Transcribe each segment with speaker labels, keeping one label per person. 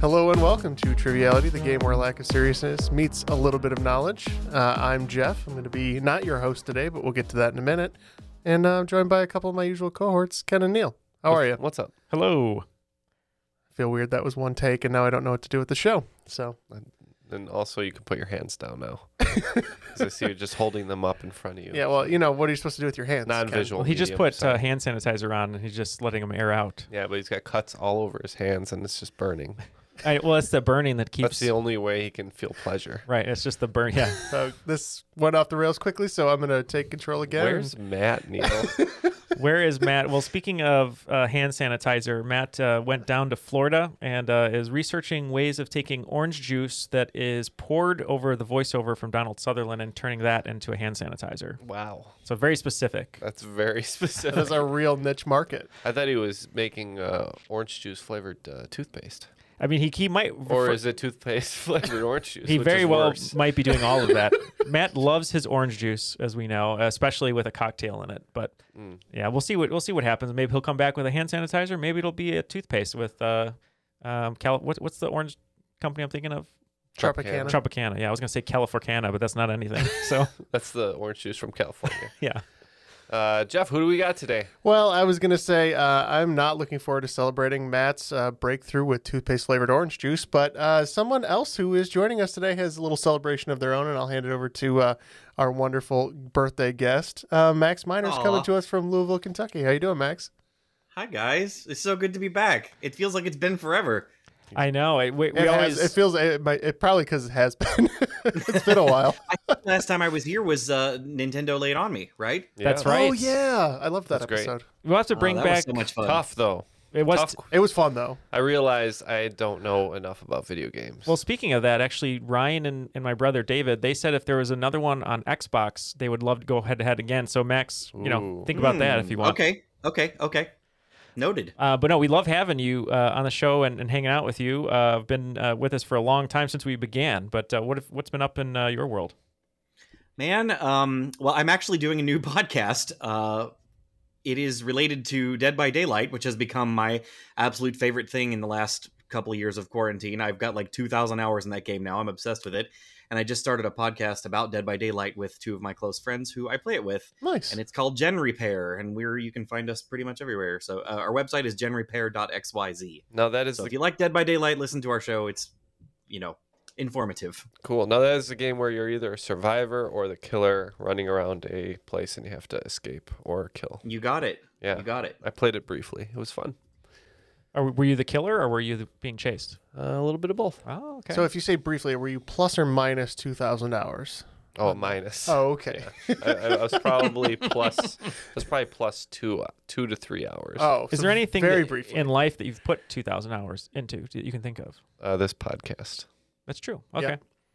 Speaker 1: Hello and welcome to Triviality, the game where lack of seriousness meets a little bit of knowledge. Uh, I'm Jeff. I'm going to be not your host today, but we'll get to that in a minute. And uh, I'm joined by a couple of my usual cohorts, Ken and Neil. How are you?
Speaker 2: What's up? Hello.
Speaker 1: I feel weird. That was one take, and now I don't know what to do with the show. So
Speaker 2: And also, you can put your hands down now. 'Cause I see you just holding them up in front of you.
Speaker 1: yeah, well, you know, what are you supposed to do with your hands? Ken?
Speaker 2: non-visual.
Speaker 3: Well, he just
Speaker 2: medium,
Speaker 3: put
Speaker 2: so-
Speaker 3: uh, hand sanitizer on, and he's just letting them air out.
Speaker 2: yeah, but he's got cuts all over his hands, and it's just burning.
Speaker 3: I, well, it's the burning that keeps.
Speaker 2: That's the only way he can feel pleasure.
Speaker 3: right, it's just the burn. Yeah,
Speaker 1: So this went off the rails quickly, so I'm going to take control again.
Speaker 2: Where's Matt Neil?
Speaker 3: where is Matt? Well, speaking of uh, hand sanitizer, Matt uh, went down to Florida and uh, is researching ways of taking orange juice that is poured over the voiceover from Donald Sutherland and turning that into a hand sanitizer.
Speaker 2: wow,
Speaker 3: So very specific.
Speaker 2: that's very
Speaker 1: That is
Speaker 2: specific.
Speaker 1: a real niche market.
Speaker 2: I thought he was making uh, orange juice flavored uh, toothpaste,
Speaker 3: I mean, he he might
Speaker 2: or is it toothpaste flavored orange juice?
Speaker 3: He
Speaker 2: which
Speaker 3: very
Speaker 2: is
Speaker 3: well
Speaker 2: worse?
Speaker 3: might be doing all of that. Matt loves his orange juice, as we know, especially with a cocktail in it. But
Speaker 2: Mm.
Speaker 3: yeah, we'll see what we'll see what happens. Maybe he'll come back with a hand sanitizer. Maybe it'll be a toothpaste with uh, um, Cal. What, what's the orange company I'm thinking of?
Speaker 1: Tropicana.
Speaker 3: Tropicana. Yeah, I was gonna say Califorcana, but that's not anything. So
Speaker 2: That's the orange juice from California.
Speaker 3: yeah,
Speaker 2: uh, Jeff, who do we got today?
Speaker 1: Well, I was going to say uh, I'm not looking forward to celebrating Matt's uh, breakthrough with toothpaste flavored orange juice, but uh, someone else who is joining us today has a little celebration of their own, and I'll hand it over to uh, our wonderful birthday guest, uh, Max Miners, coming
Speaker 4: Aw.
Speaker 1: to us from Louisville, Kentucky. How you doing, Max?
Speaker 4: Hi guys, it's so good to be back. It feels like it's been forever.
Speaker 3: I know. I, we we
Speaker 1: it,
Speaker 3: always
Speaker 1: has, it feels it, might, it probably because it has been. it's been a while.
Speaker 4: I think last time I was here was uh, Nintendo laid on me, right?
Speaker 3: that's
Speaker 2: Yeah.
Speaker 3: right.
Speaker 1: Oh yeah, I love that
Speaker 2: That's great.
Speaker 1: episode.
Speaker 3: We'll have to
Speaker 4: Oh,
Speaker 3: bring
Speaker 4: that
Speaker 3: back.
Speaker 4: was so much fun.
Speaker 2: Tough though.
Speaker 3: it was
Speaker 2: Tough
Speaker 1: It was fun though.
Speaker 2: I realize I don't know enough about video games.
Speaker 3: Well, speaking of that, actually, Ryan and, and my brother David, they said if there was another one on Xbox, they would love to go head to head again. So, Max, you know,
Speaker 2: Ooh.
Speaker 3: think about that
Speaker 2: Mm.
Speaker 3: if you want.
Speaker 4: Hmm. Okay, okay, okay. Noted.
Speaker 3: Uh, but no, we love having you uh, on the show and, and hanging out with you. Uh, I've been uh, with us for a long time since we began. But uh, what if, what's been up in uh, your world?
Speaker 4: Man, um, well, I'm actually doing a new podcast. Uh, it is related to Dead by Daylight, which has become my absolute favorite thing in the last couple of years of quarantine. I've got like 2,000 hours in that game now. I'm obsessed with it. And I just started a podcast about Dead by Daylight with two of my close friends who I play it with.
Speaker 1: Nice.
Speaker 4: and it's called Gen Repair, and we're you can find us pretty much everywhere. So uh, our website is genrepair.xyz.
Speaker 2: now that is
Speaker 4: So
Speaker 2: the
Speaker 4: if you like Dead by Daylight, listen to our show. It's you know informative.
Speaker 2: Cool. Now that is a game where you're either a survivor or the killer running around a place and you have to escape or kill.
Speaker 4: You got it.
Speaker 2: Yeah.
Speaker 4: you got it.
Speaker 2: I played it briefly. It was fun.
Speaker 3: Or were you the killer or were you the, being chased?
Speaker 2: a little bit of both.
Speaker 3: Oh, okay.
Speaker 1: So if you say briefly, were you plus or minus two thousand hours?
Speaker 2: Oh, minus.
Speaker 1: Oh, okay.
Speaker 2: I, I I was probably plus. I was probably plus two, uh, two to three hours.
Speaker 1: Oh,
Speaker 3: is
Speaker 1: so
Speaker 3: there anything
Speaker 1: very
Speaker 3: that-
Speaker 1: briefly
Speaker 3: in life that you've put 2,000 hours into that you can think of?
Speaker 2: Uh, this podcast.
Speaker 3: That's true.
Speaker 1: Yeah.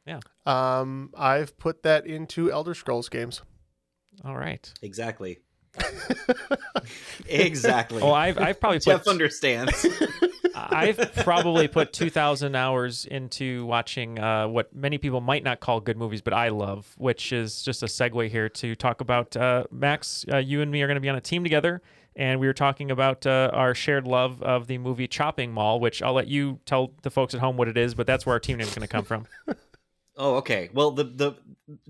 Speaker 3: Okay.
Speaker 1: Um, I've put that into Elder Scrolls games.
Speaker 3: All right.
Speaker 4: Exactly. exactly.
Speaker 3: Oh, I've, I've probably put
Speaker 4: Jeff understands.
Speaker 3: I've probably put 2,000 hours into watching uh, what many people might not call good movies, but I love, which is just a segue here to talk about uh, Max. Uh, you and me are going to be on a team together, and we were talking about uh, our shared love of the movie Chopping Mall, which I'll let you tell the folks at home what it is, but that's where our team name is going to come from.
Speaker 4: Oh, okay. Well, the the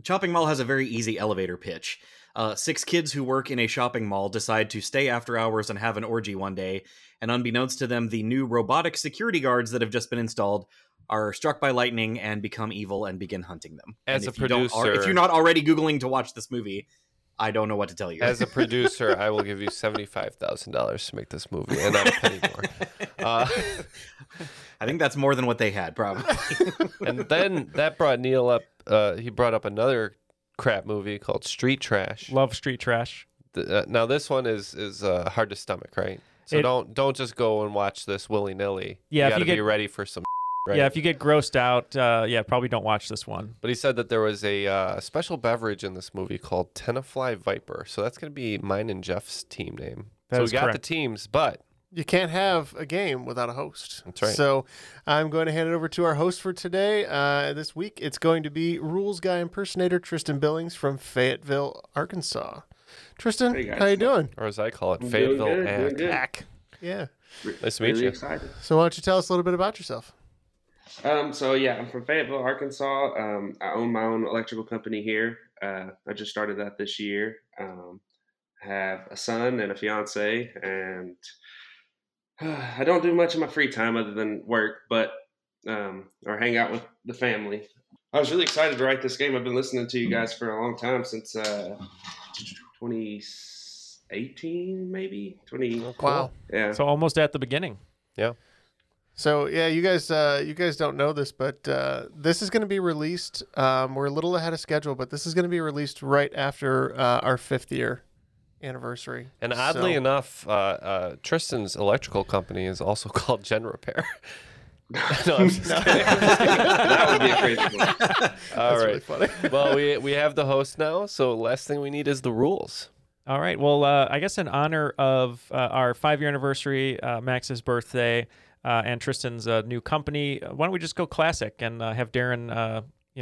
Speaker 4: shopping mall has a very easy elevator pitch. Uh, six kids who work in a shopping mall decide to stay after hours and have an orgy one day, and unbeknownst to them, the new robotic security guards that have just been installed are struck by lightning and become evil and begin hunting them. And
Speaker 2: As a
Speaker 4: if you don't al- if
Speaker 2: producer-
Speaker 4: you're not already googling to watch this movie, I don't know what to tell you.
Speaker 2: As a producer, I will give you seventy-five thousand dollars to make this movie, and not a penny more. Uh,
Speaker 4: I think that's more than what they had, probably.
Speaker 2: and then that brought Neil up. Uh, he brought up another crap movie called Street Trash.
Speaker 3: Love Street Trash.
Speaker 2: Th- uh, now this one is is uh, hard to stomach, right? So
Speaker 3: It-
Speaker 2: don't don't just go and watch this willy nilly.
Speaker 3: Yeah,
Speaker 2: you
Speaker 3: if
Speaker 2: gotta
Speaker 3: you get-
Speaker 2: be ready for some. Right?
Speaker 3: Yeah, if you get grossed out, uh, yeah, probably don't watch this one.
Speaker 2: But he said that there was a uh, special beverage in this movie called Tenafly Viper. So that's going to be mine and Jeff's team name.
Speaker 3: That
Speaker 2: so we
Speaker 3: is
Speaker 2: got
Speaker 3: correct.
Speaker 2: the teams, but
Speaker 1: You can't have a game without a host.
Speaker 2: That's right.
Speaker 1: So I'm going to hand it over to our host for today. Uh, this week, it's going to be rules guy impersonator Tristan Billings from Fayetteville, Arkansas. Tristan,
Speaker 5: Hey, guys.
Speaker 1: how you doing?
Speaker 2: or as I call it,
Speaker 5: I'm doing
Speaker 2: Fayetteville
Speaker 5: good, doing
Speaker 2: Act.
Speaker 5: good.
Speaker 2: Ack.
Speaker 1: Yeah.
Speaker 2: Nice to meet
Speaker 5: really
Speaker 2: you.
Speaker 5: excited.
Speaker 1: So why don't you tell us a little bit about yourself?
Speaker 5: Um, so yeah, I'm from Fayetteville, Arkansas. Um, I own my own electrical company here. Uh, I just started that this year. Um, I have a son and a fiance, and I don't do much in my free time other than work, but um, or hang out with the family. I was really excited to write this game. I've been listening to you guys for a long time since uh, 2018, maybe 20.
Speaker 1: Wow.
Speaker 5: Yeah.
Speaker 3: So almost at the beginning.
Speaker 1: So yeah, you guys, uh, you guys don't know this, but uh, this is going to be released. Um, we're a little ahead of schedule, but this is going to be released right after uh, our fifth year anniversary.
Speaker 2: And oddly
Speaker 1: So-
Speaker 2: enough, uh, uh, Tristan's electrical company is also called Gen Repair. no, I'm just kidding.
Speaker 5: that would be a crazy one.
Speaker 2: All
Speaker 1: that's
Speaker 2: right.
Speaker 1: really funny.
Speaker 2: well, we we have the host now, so last thing we need is the rules.
Speaker 3: All right. Well, uh, I guess in honor of uh, our five year anniversary, uh, Max's birthday, uh, and Tristan's uh, new company, uh, why don't we just go classic and uh, have Darren, uh, you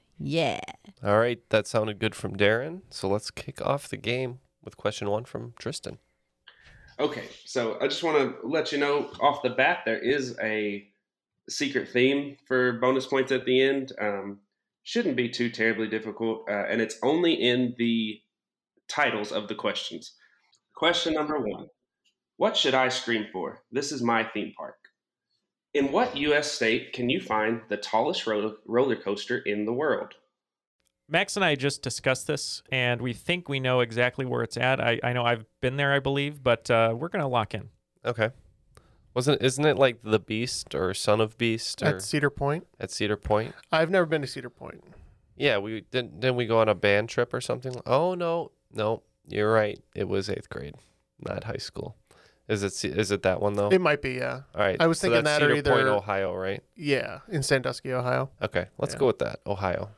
Speaker 6: Yeah.
Speaker 2: All right, that sounded good from Darren. So let's kick off the game with question one from Tristan.
Speaker 5: Okay, so I just want to let you know off the bat there is a secret theme for bonus points at the end. Um, shouldn't be too terribly difficult, uh, and it's only in the titles of the questions. Question number one What should I scream for? This is my theme park. In what U.S. state can you find the tallest ro- roller coaster in the world?
Speaker 3: Max and I just discussed this, and we think we know exactly where it's at. I, I know I've been there, I believe, but uh, we're going to lock in.
Speaker 2: Okay. Wasn't isn't it like the Beast or Son of Beast or
Speaker 1: At Cedar Point,
Speaker 2: at Cedar Point?
Speaker 1: I've never been to Cedar Point.
Speaker 2: Yeah, we didn't. Didn't we go on a band trip or something? Oh no, no, you're right. It was eighth grade, not high school. Is it? Ce- Is it that one though?
Speaker 1: It might be, yeah,
Speaker 2: All right.
Speaker 1: I was
Speaker 2: so
Speaker 1: thinking
Speaker 2: that's
Speaker 1: that or
Speaker 2: Cedar Point,
Speaker 1: either-
Speaker 2: Ohio, right?
Speaker 1: yeah, in Sandusky, Ohio.
Speaker 2: Okay, let's
Speaker 1: Yeah.
Speaker 2: go with that. Ohio.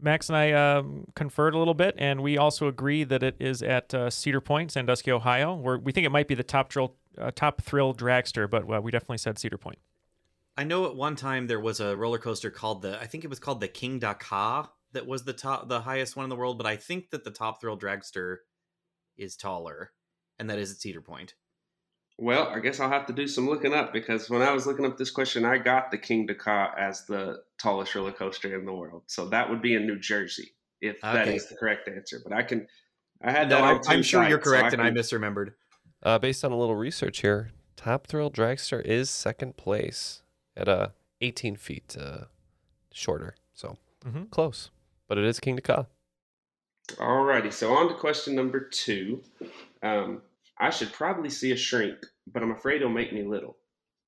Speaker 3: Max and I um, conferred a little bit, and we also agree that it is at uh, Cedar Point, Sandusky, Ohio. Where we think it might be the top drill, uh, top thrill dragster, but uh, we definitely said Cedar Point.
Speaker 4: I know at one time there was a roller coaster called the I think it was called the King Dakar that was the top the highest one in the world, but I think that the Top Thrill Dragster is taller, and that is at Cedar Point.
Speaker 5: Well, I guess I'll have to do some looking up because when I was looking up this question, I got the King Dakar as the tallest roller coaster in the world. So that would be in New Jersey if that
Speaker 4: Okay.
Speaker 5: is the correct answer. But I can, I had
Speaker 4: No,
Speaker 5: that.
Speaker 4: I'm,
Speaker 5: on two
Speaker 4: I'm sure you're
Speaker 5: sites, so
Speaker 4: correct, and I
Speaker 5: can-
Speaker 4: misremembered.
Speaker 2: Uh, based on a little research here, Top Thrill Dragster is second place at uh, 18 feet uh, shorter. So
Speaker 3: Mm-hmm.
Speaker 2: close, but it is King to Ka.
Speaker 5: Alrighty, so on to question number two. Um, I should probably see a shrink, but I'm afraid he'll make me little.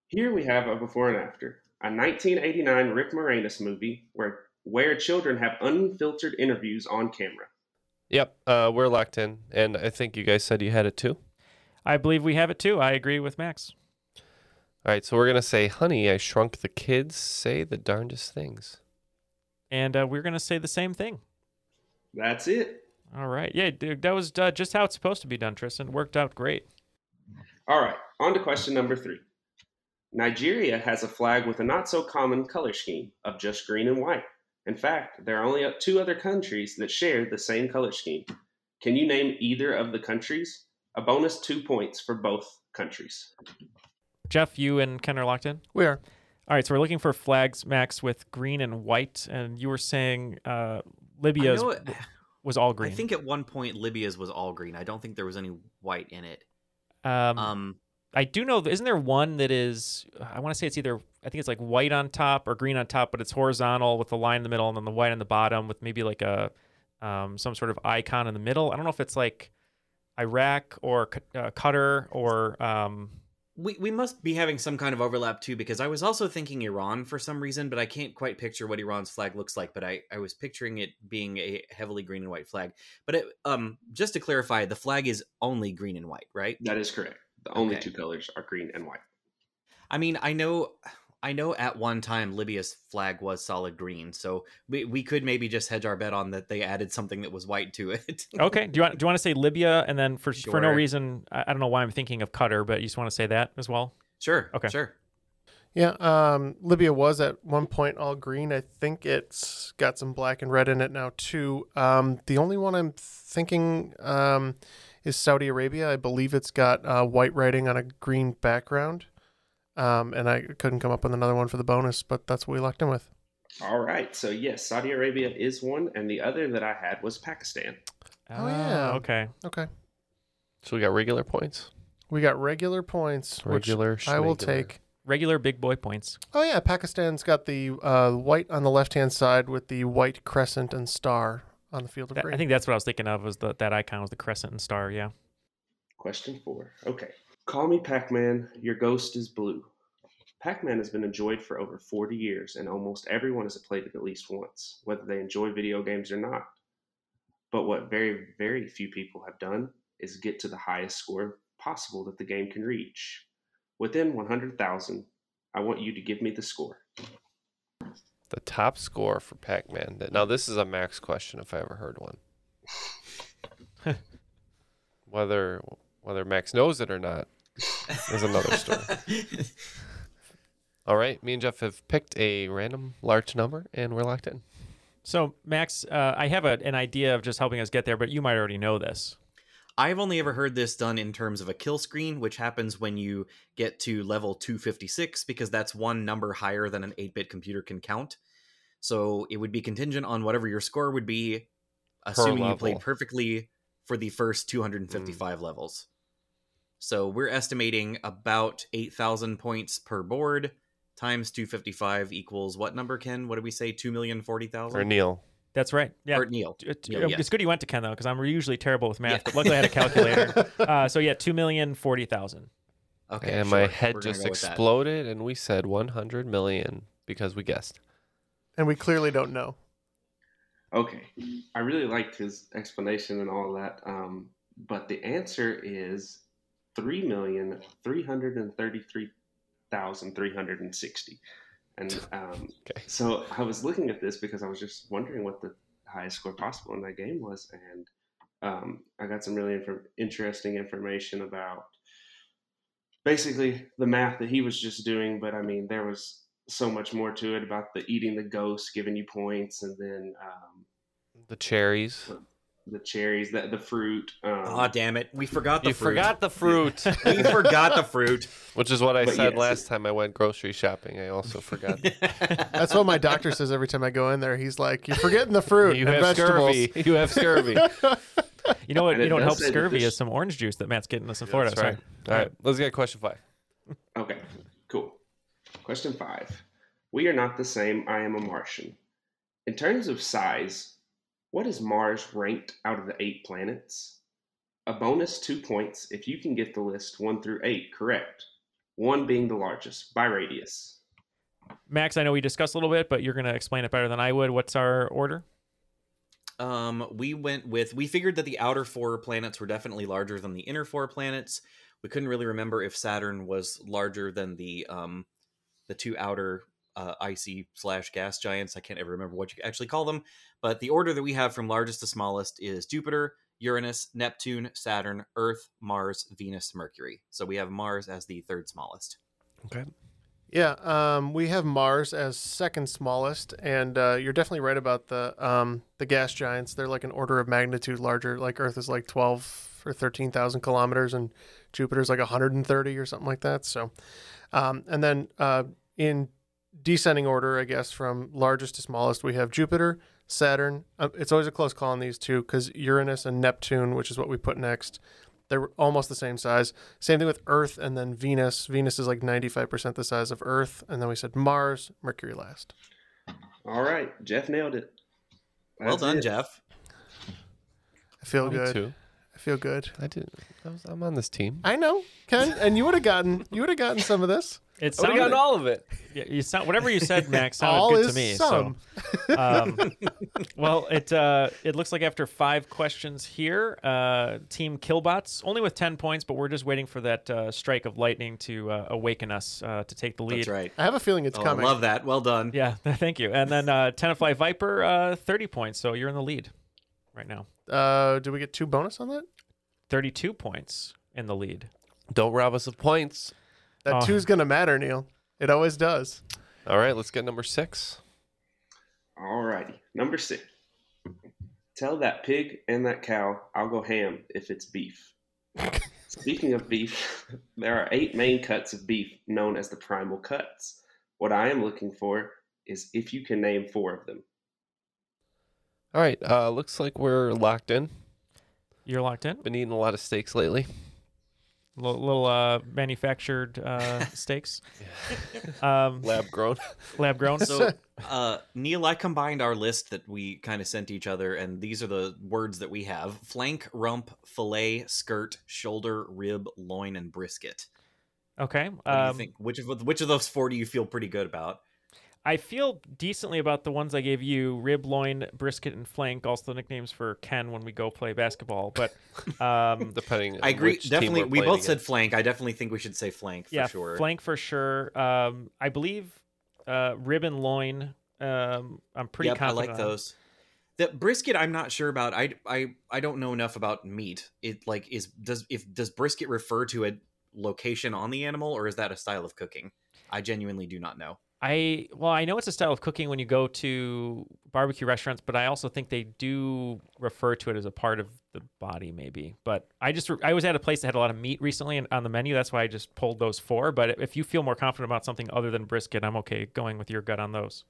Speaker 5: Here we have a before and after, a 1989 Rick Moranis movie where where children have unfiltered interviews on camera.
Speaker 2: Yep, uh, we're locked in, and I think you guys said you had it too.
Speaker 3: I believe we have it too. I agree with Max.
Speaker 2: All right, so we're gonna say, "Honey, I shrunk the kids. Say the darndest things."
Speaker 3: And uh, we're going to say the same thing.
Speaker 5: That's it.
Speaker 3: All right. Yeah, dude, that was uh, just how it's supposed to be done, Tristan. It worked out great.
Speaker 5: All right, on to question number three. Nigeria has a flag with a not so common color scheme of just green and white. In fact, there are only two other countries that share the same color scheme. Can you name either of the countries? A bonus two points for both countries.
Speaker 3: Jeff, you and Ken are locked in?
Speaker 1: We are.
Speaker 3: All right, so we're looking for flags, Max, with green and white, and you were saying uh, Libya's
Speaker 4: I know it-
Speaker 3: w- was all green.
Speaker 4: I think at one point Libya's was all green. I don't think there was any white in it.
Speaker 3: um,
Speaker 4: Um,
Speaker 3: I do know. Isn't there one that is? I want to say it's either. I think it's like white on top or green on top, but it's horizontal with the line in the middle, and then the white on the bottom with maybe like a um, some sort of icon in the middle. I don't know if it's like Iraq or Q- uh, Qatar or um,
Speaker 4: we we must be having some kind of overlap too, because I was also thinking Iran for some reason, but I can't quite picture what Iran's flag looks like. But I I was picturing it being a heavily green and white flag. But it, um, just to clarify, the flag is only green and white, right?
Speaker 5: That is correct. The only
Speaker 4: Okay.
Speaker 5: two colors are green and white.
Speaker 4: I mean, I know, I know. At one time, Libya's flag was solid green, so we we could maybe just hedge our bet on that they added something that was white to it.
Speaker 1: Mm-hmm.
Speaker 3: okay. Do you want do you want to say Libya and then for for no
Speaker 4: Sure.
Speaker 3: reason I, I don't know why I'm thinking of Qatar, but you just want to say that as well.
Speaker 4: sure.
Speaker 3: Okay.
Speaker 4: Sure.
Speaker 1: Yeah, um, Libya was at one point all green. I think it's got some black and red in it now too. Um, the only one I'm thinking um, is Saudi Arabia. I believe it's got uh, white writing on a green background. Um, and I couldn't come up with another one for the bonus, but that's what we locked in with.
Speaker 5: All right, so yes, Saudi Arabia is one, and the other that I had was Pakistan.
Speaker 1: Oh, yeah.
Speaker 3: Ah, Okay.
Speaker 1: Okay,
Speaker 2: So we got regular points.
Speaker 1: we got regular points,
Speaker 2: Regular
Speaker 1: which I will
Speaker 2: schmegular.
Speaker 1: take.
Speaker 3: Regular big boy points.
Speaker 1: Oh yeah, Pakistan's got the uh, white on the left hand side with the white crescent and star on the field of
Speaker 3: That-
Speaker 1: green.
Speaker 3: I think that's what I was thinking of was the, that icon was the crescent and star. Yeah.
Speaker 5: Question four. Okay. Call me Pac Man, your ghost is blue. Pac Man has been enjoyed for over 40 years, and almost everyone has played it at least once, whether they enjoy video games or not. But what very, very few people have done is get to the highest score possible that the game can reach. Within 100,000, I want you to give me the score.
Speaker 2: The top score for Pac-Man. That- Now this is a max question if I ever heard one. whether whether Max knows it or not is another story. All right, me and Jeff have picked a random large number, and we're locked in.
Speaker 3: So Max, uh, I have a, an idea of just helping us get there, but you might already know this.
Speaker 4: I've only ever heard this done in terms of a kill screen, which happens when you get to level 256, because that's one number higher than an 8 bit computer can count. So it would be contingent on whatever your score would be, assuming you played
Speaker 2: level. Mm.
Speaker 4: perfectly for the first 255 levels. So we're estimating about 8,000 points per board times 255 equals what number, Ken? What did we say? 2,040,000?
Speaker 2: Or Neil.
Speaker 3: That's right. Yeah.
Speaker 4: Or Neil.
Speaker 3: T- t- um,
Speaker 4: Neil, yeah.
Speaker 3: It's good you went to Ken though, because I'm usually terrible with math.
Speaker 4: Yeah.
Speaker 3: But luckily, I had a calculator. uh, so yeah, two million forty thousand.
Speaker 4: Okay.
Speaker 2: and
Speaker 4: sure.
Speaker 2: my head
Speaker 4: We're gonna
Speaker 2: just
Speaker 4: go with that.
Speaker 2: exploded, and we said 100 million because we guessed.
Speaker 1: and we clearly don't know.
Speaker 5: Okay. I really liked his explanation and all that. Um, but the answer is three million three hundred and thirty-three thousand three hundred and sixty. And um,
Speaker 2: Okay.
Speaker 5: so I was looking at this because I was just wondering what the highest score possible in that game was, and um, I got some really infor- interesting information about basically the math that he was just doing. But I mean, there was so much more to it about the eating the ghost, giving you points, and then um,
Speaker 2: The cherries.
Speaker 5: the cherries, the, the fruit. Um,
Speaker 4: Aw, damn it. We forgot the
Speaker 2: you
Speaker 4: fruit.
Speaker 2: forgot the fruit,
Speaker 4: we forgot the fruit.
Speaker 2: which is what I
Speaker 5: But
Speaker 2: said
Speaker 5: yes.
Speaker 2: last time I went grocery shopping. I also forgot.
Speaker 1: That's what my doctor says every time I go in there. He's like, "You're forgetting the fruit
Speaker 2: you
Speaker 1: and
Speaker 2: have
Speaker 1: vegetables."
Speaker 2: scurvy. You have scurvy.
Speaker 3: You know what?
Speaker 5: And
Speaker 3: You
Speaker 5: it
Speaker 3: know what
Speaker 5: does
Speaker 3: helps
Speaker 5: say that
Speaker 3: scurvy
Speaker 5: this-
Speaker 3: is some orange juice that Matt's getting us in Florida.
Speaker 2: That's right.
Speaker 3: Sorry.
Speaker 2: All right, let's get question five.
Speaker 5: Okay, cool. Question five. We are not the same. I am a Martian. In terms of size, what is Mars ranked out of the eight planets? A bonus two points if you can get the list one through eight correct. one being the largest by radius.
Speaker 3: Max, I know we discussed a little bit, but you're going to explain it better than I would. What's our order?
Speaker 4: Um, we went with we figured that the outer four planets were definitely larger than the inner four planets. We couldn't really remember if Saturn was larger than the um, the two outer uh, icy slash gas giants. I can't ever remember what you actually call them. But the order that we have from largest to smallest is Jupiter, Uranus, Neptune, Saturn, Earth, Mars, Venus, Mercury. So we have Mars as the third smallest.
Speaker 2: Okay.
Speaker 1: Yeah, um, we have Mars as second smallest, and uh, you're definitely right about the um, the gas giants. They're like an order of magnitude larger. Like Earth is like twelve or thirteen thousand kilometers, and Jupiter's like hundred and thirty or something like that. So, um, and then uh, in descending order, I guess from largest to smallest, we have Jupiter, Saturn. Uh, it's always a close call on these two because Uranus and Neptune, which is what we put next, they're almost the same size. Same thing with Earth and then Venus. Venus is like 95% the size of Earth. And then we said Mars, Mercury last.
Speaker 5: All right, Jeff nailed it.
Speaker 4: Well
Speaker 5: That's
Speaker 4: done,
Speaker 5: it.
Speaker 4: Jeff.
Speaker 1: I feel
Speaker 2: Me
Speaker 1: good.
Speaker 2: too.
Speaker 1: I feel good.
Speaker 2: I did. I was, I'm on this team.
Speaker 1: I know, Ken, and you would have gotten you would have gotten some of this.
Speaker 3: It
Speaker 2: I would have
Speaker 3: sounded-
Speaker 2: gotten all of it.
Speaker 3: Yeah, you sound, whatever you said, Max, sounded
Speaker 1: All
Speaker 3: good
Speaker 1: is
Speaker 3: to me.
Speaker 1: some.
Speaker 3: So, um, well, it uh, it looks like after five questions here, uh, Team Killbots only with ten points, but we're just waiting for that uh, strike of lightning to uh, awaken us uh, to take the lead.
Speaker 4: That's right.
Speaker 1: I have a feeling it's
Speaker 4: Oh, I
Speaker 1: coming.
Speaker 4: love that. Well done.
Speaker 3: Yeah, thank you. And then uh, Tenafly Viper, uh, thirty points, so you're in the lead right now.
Speaker 1: Uh, do we get two bonus on that?
Speaker 3: Thirty-two points in the lead.
Speaker 2: Don't rob us of points.
Speaker 1: That
Speaker 3: Oh.
Speaker 1: two's gonna matter, Neil. It always does.
Speaker 2: All right, let's get number six.
Speaker 5: All righty, number six. Tell that pig and that cow I'll go ham if it's beef. Speaking of beef, there are eight main cuts of beef known as the primal cuts. What I am looking for is if you can name four of them.
Speaker 2: All right, uh, looks like we're locked in.
Speaker 3: You're locked in.
Speaker 2: Been eating a lot of steaks lately.
Speaker 3: L- little uh, manufactured uh, steaks, um,
Speaker 2: Lab grown.
Speaker 3: lab grown.
Speaker 4: So, uh, Neil, I combined our list that we kind of sent each other, and these are the words that we have flank, rump, fillet, skirt, shoulder, rib, loin, and brisket.
Speaker 3: okay.
Speaker 4: What do
Speaker 3: um,
Speaker 4: you think? Which of, which of those four do you feel pretty good about?
Speaker 3: I feel decently about the ones I gave you: rib, loin, brisket, and flank. Also, nicknames for Ken when we go play basketball. But um,
Speaker 2: Depending. on
Speaker 4: I agree.
Speaker 2: which team
Speaker 4: Definitely.
Speaker 2: we're
Speaker 4: We
Speaker 2: playing
Speaker 4: both said
Speaker 2: against.
Speaker 4: flank. I definitely think we should say flank for
Speaker 3: yeah,
Speaker 4: sure.
Speaker 3: flank for sure. Um, I believe uh, rib and loin. Um, I'm pretty
Speaker 4: Yep, I
Speaker 3: confident.
Speaker 4: like
Speaker 3: on.
Speaker 4: those. The brisket, I'm not sure about. I, I I don't know enough about meat. It like is does if does brisket refer to a location on the animal or is that a style of cooking? I genuinely do not know.
Speaker 3: I well, I know it's a style of cooking when you go to barbecue restaurants, but I also think they do refer to it as a part of the body, maybe. But I just I was at a place that had a lot of meat recently and on the menu. That's why I just pulled those four. But if you feel more confident about something other than brisket, I'm okay going with your gut on those.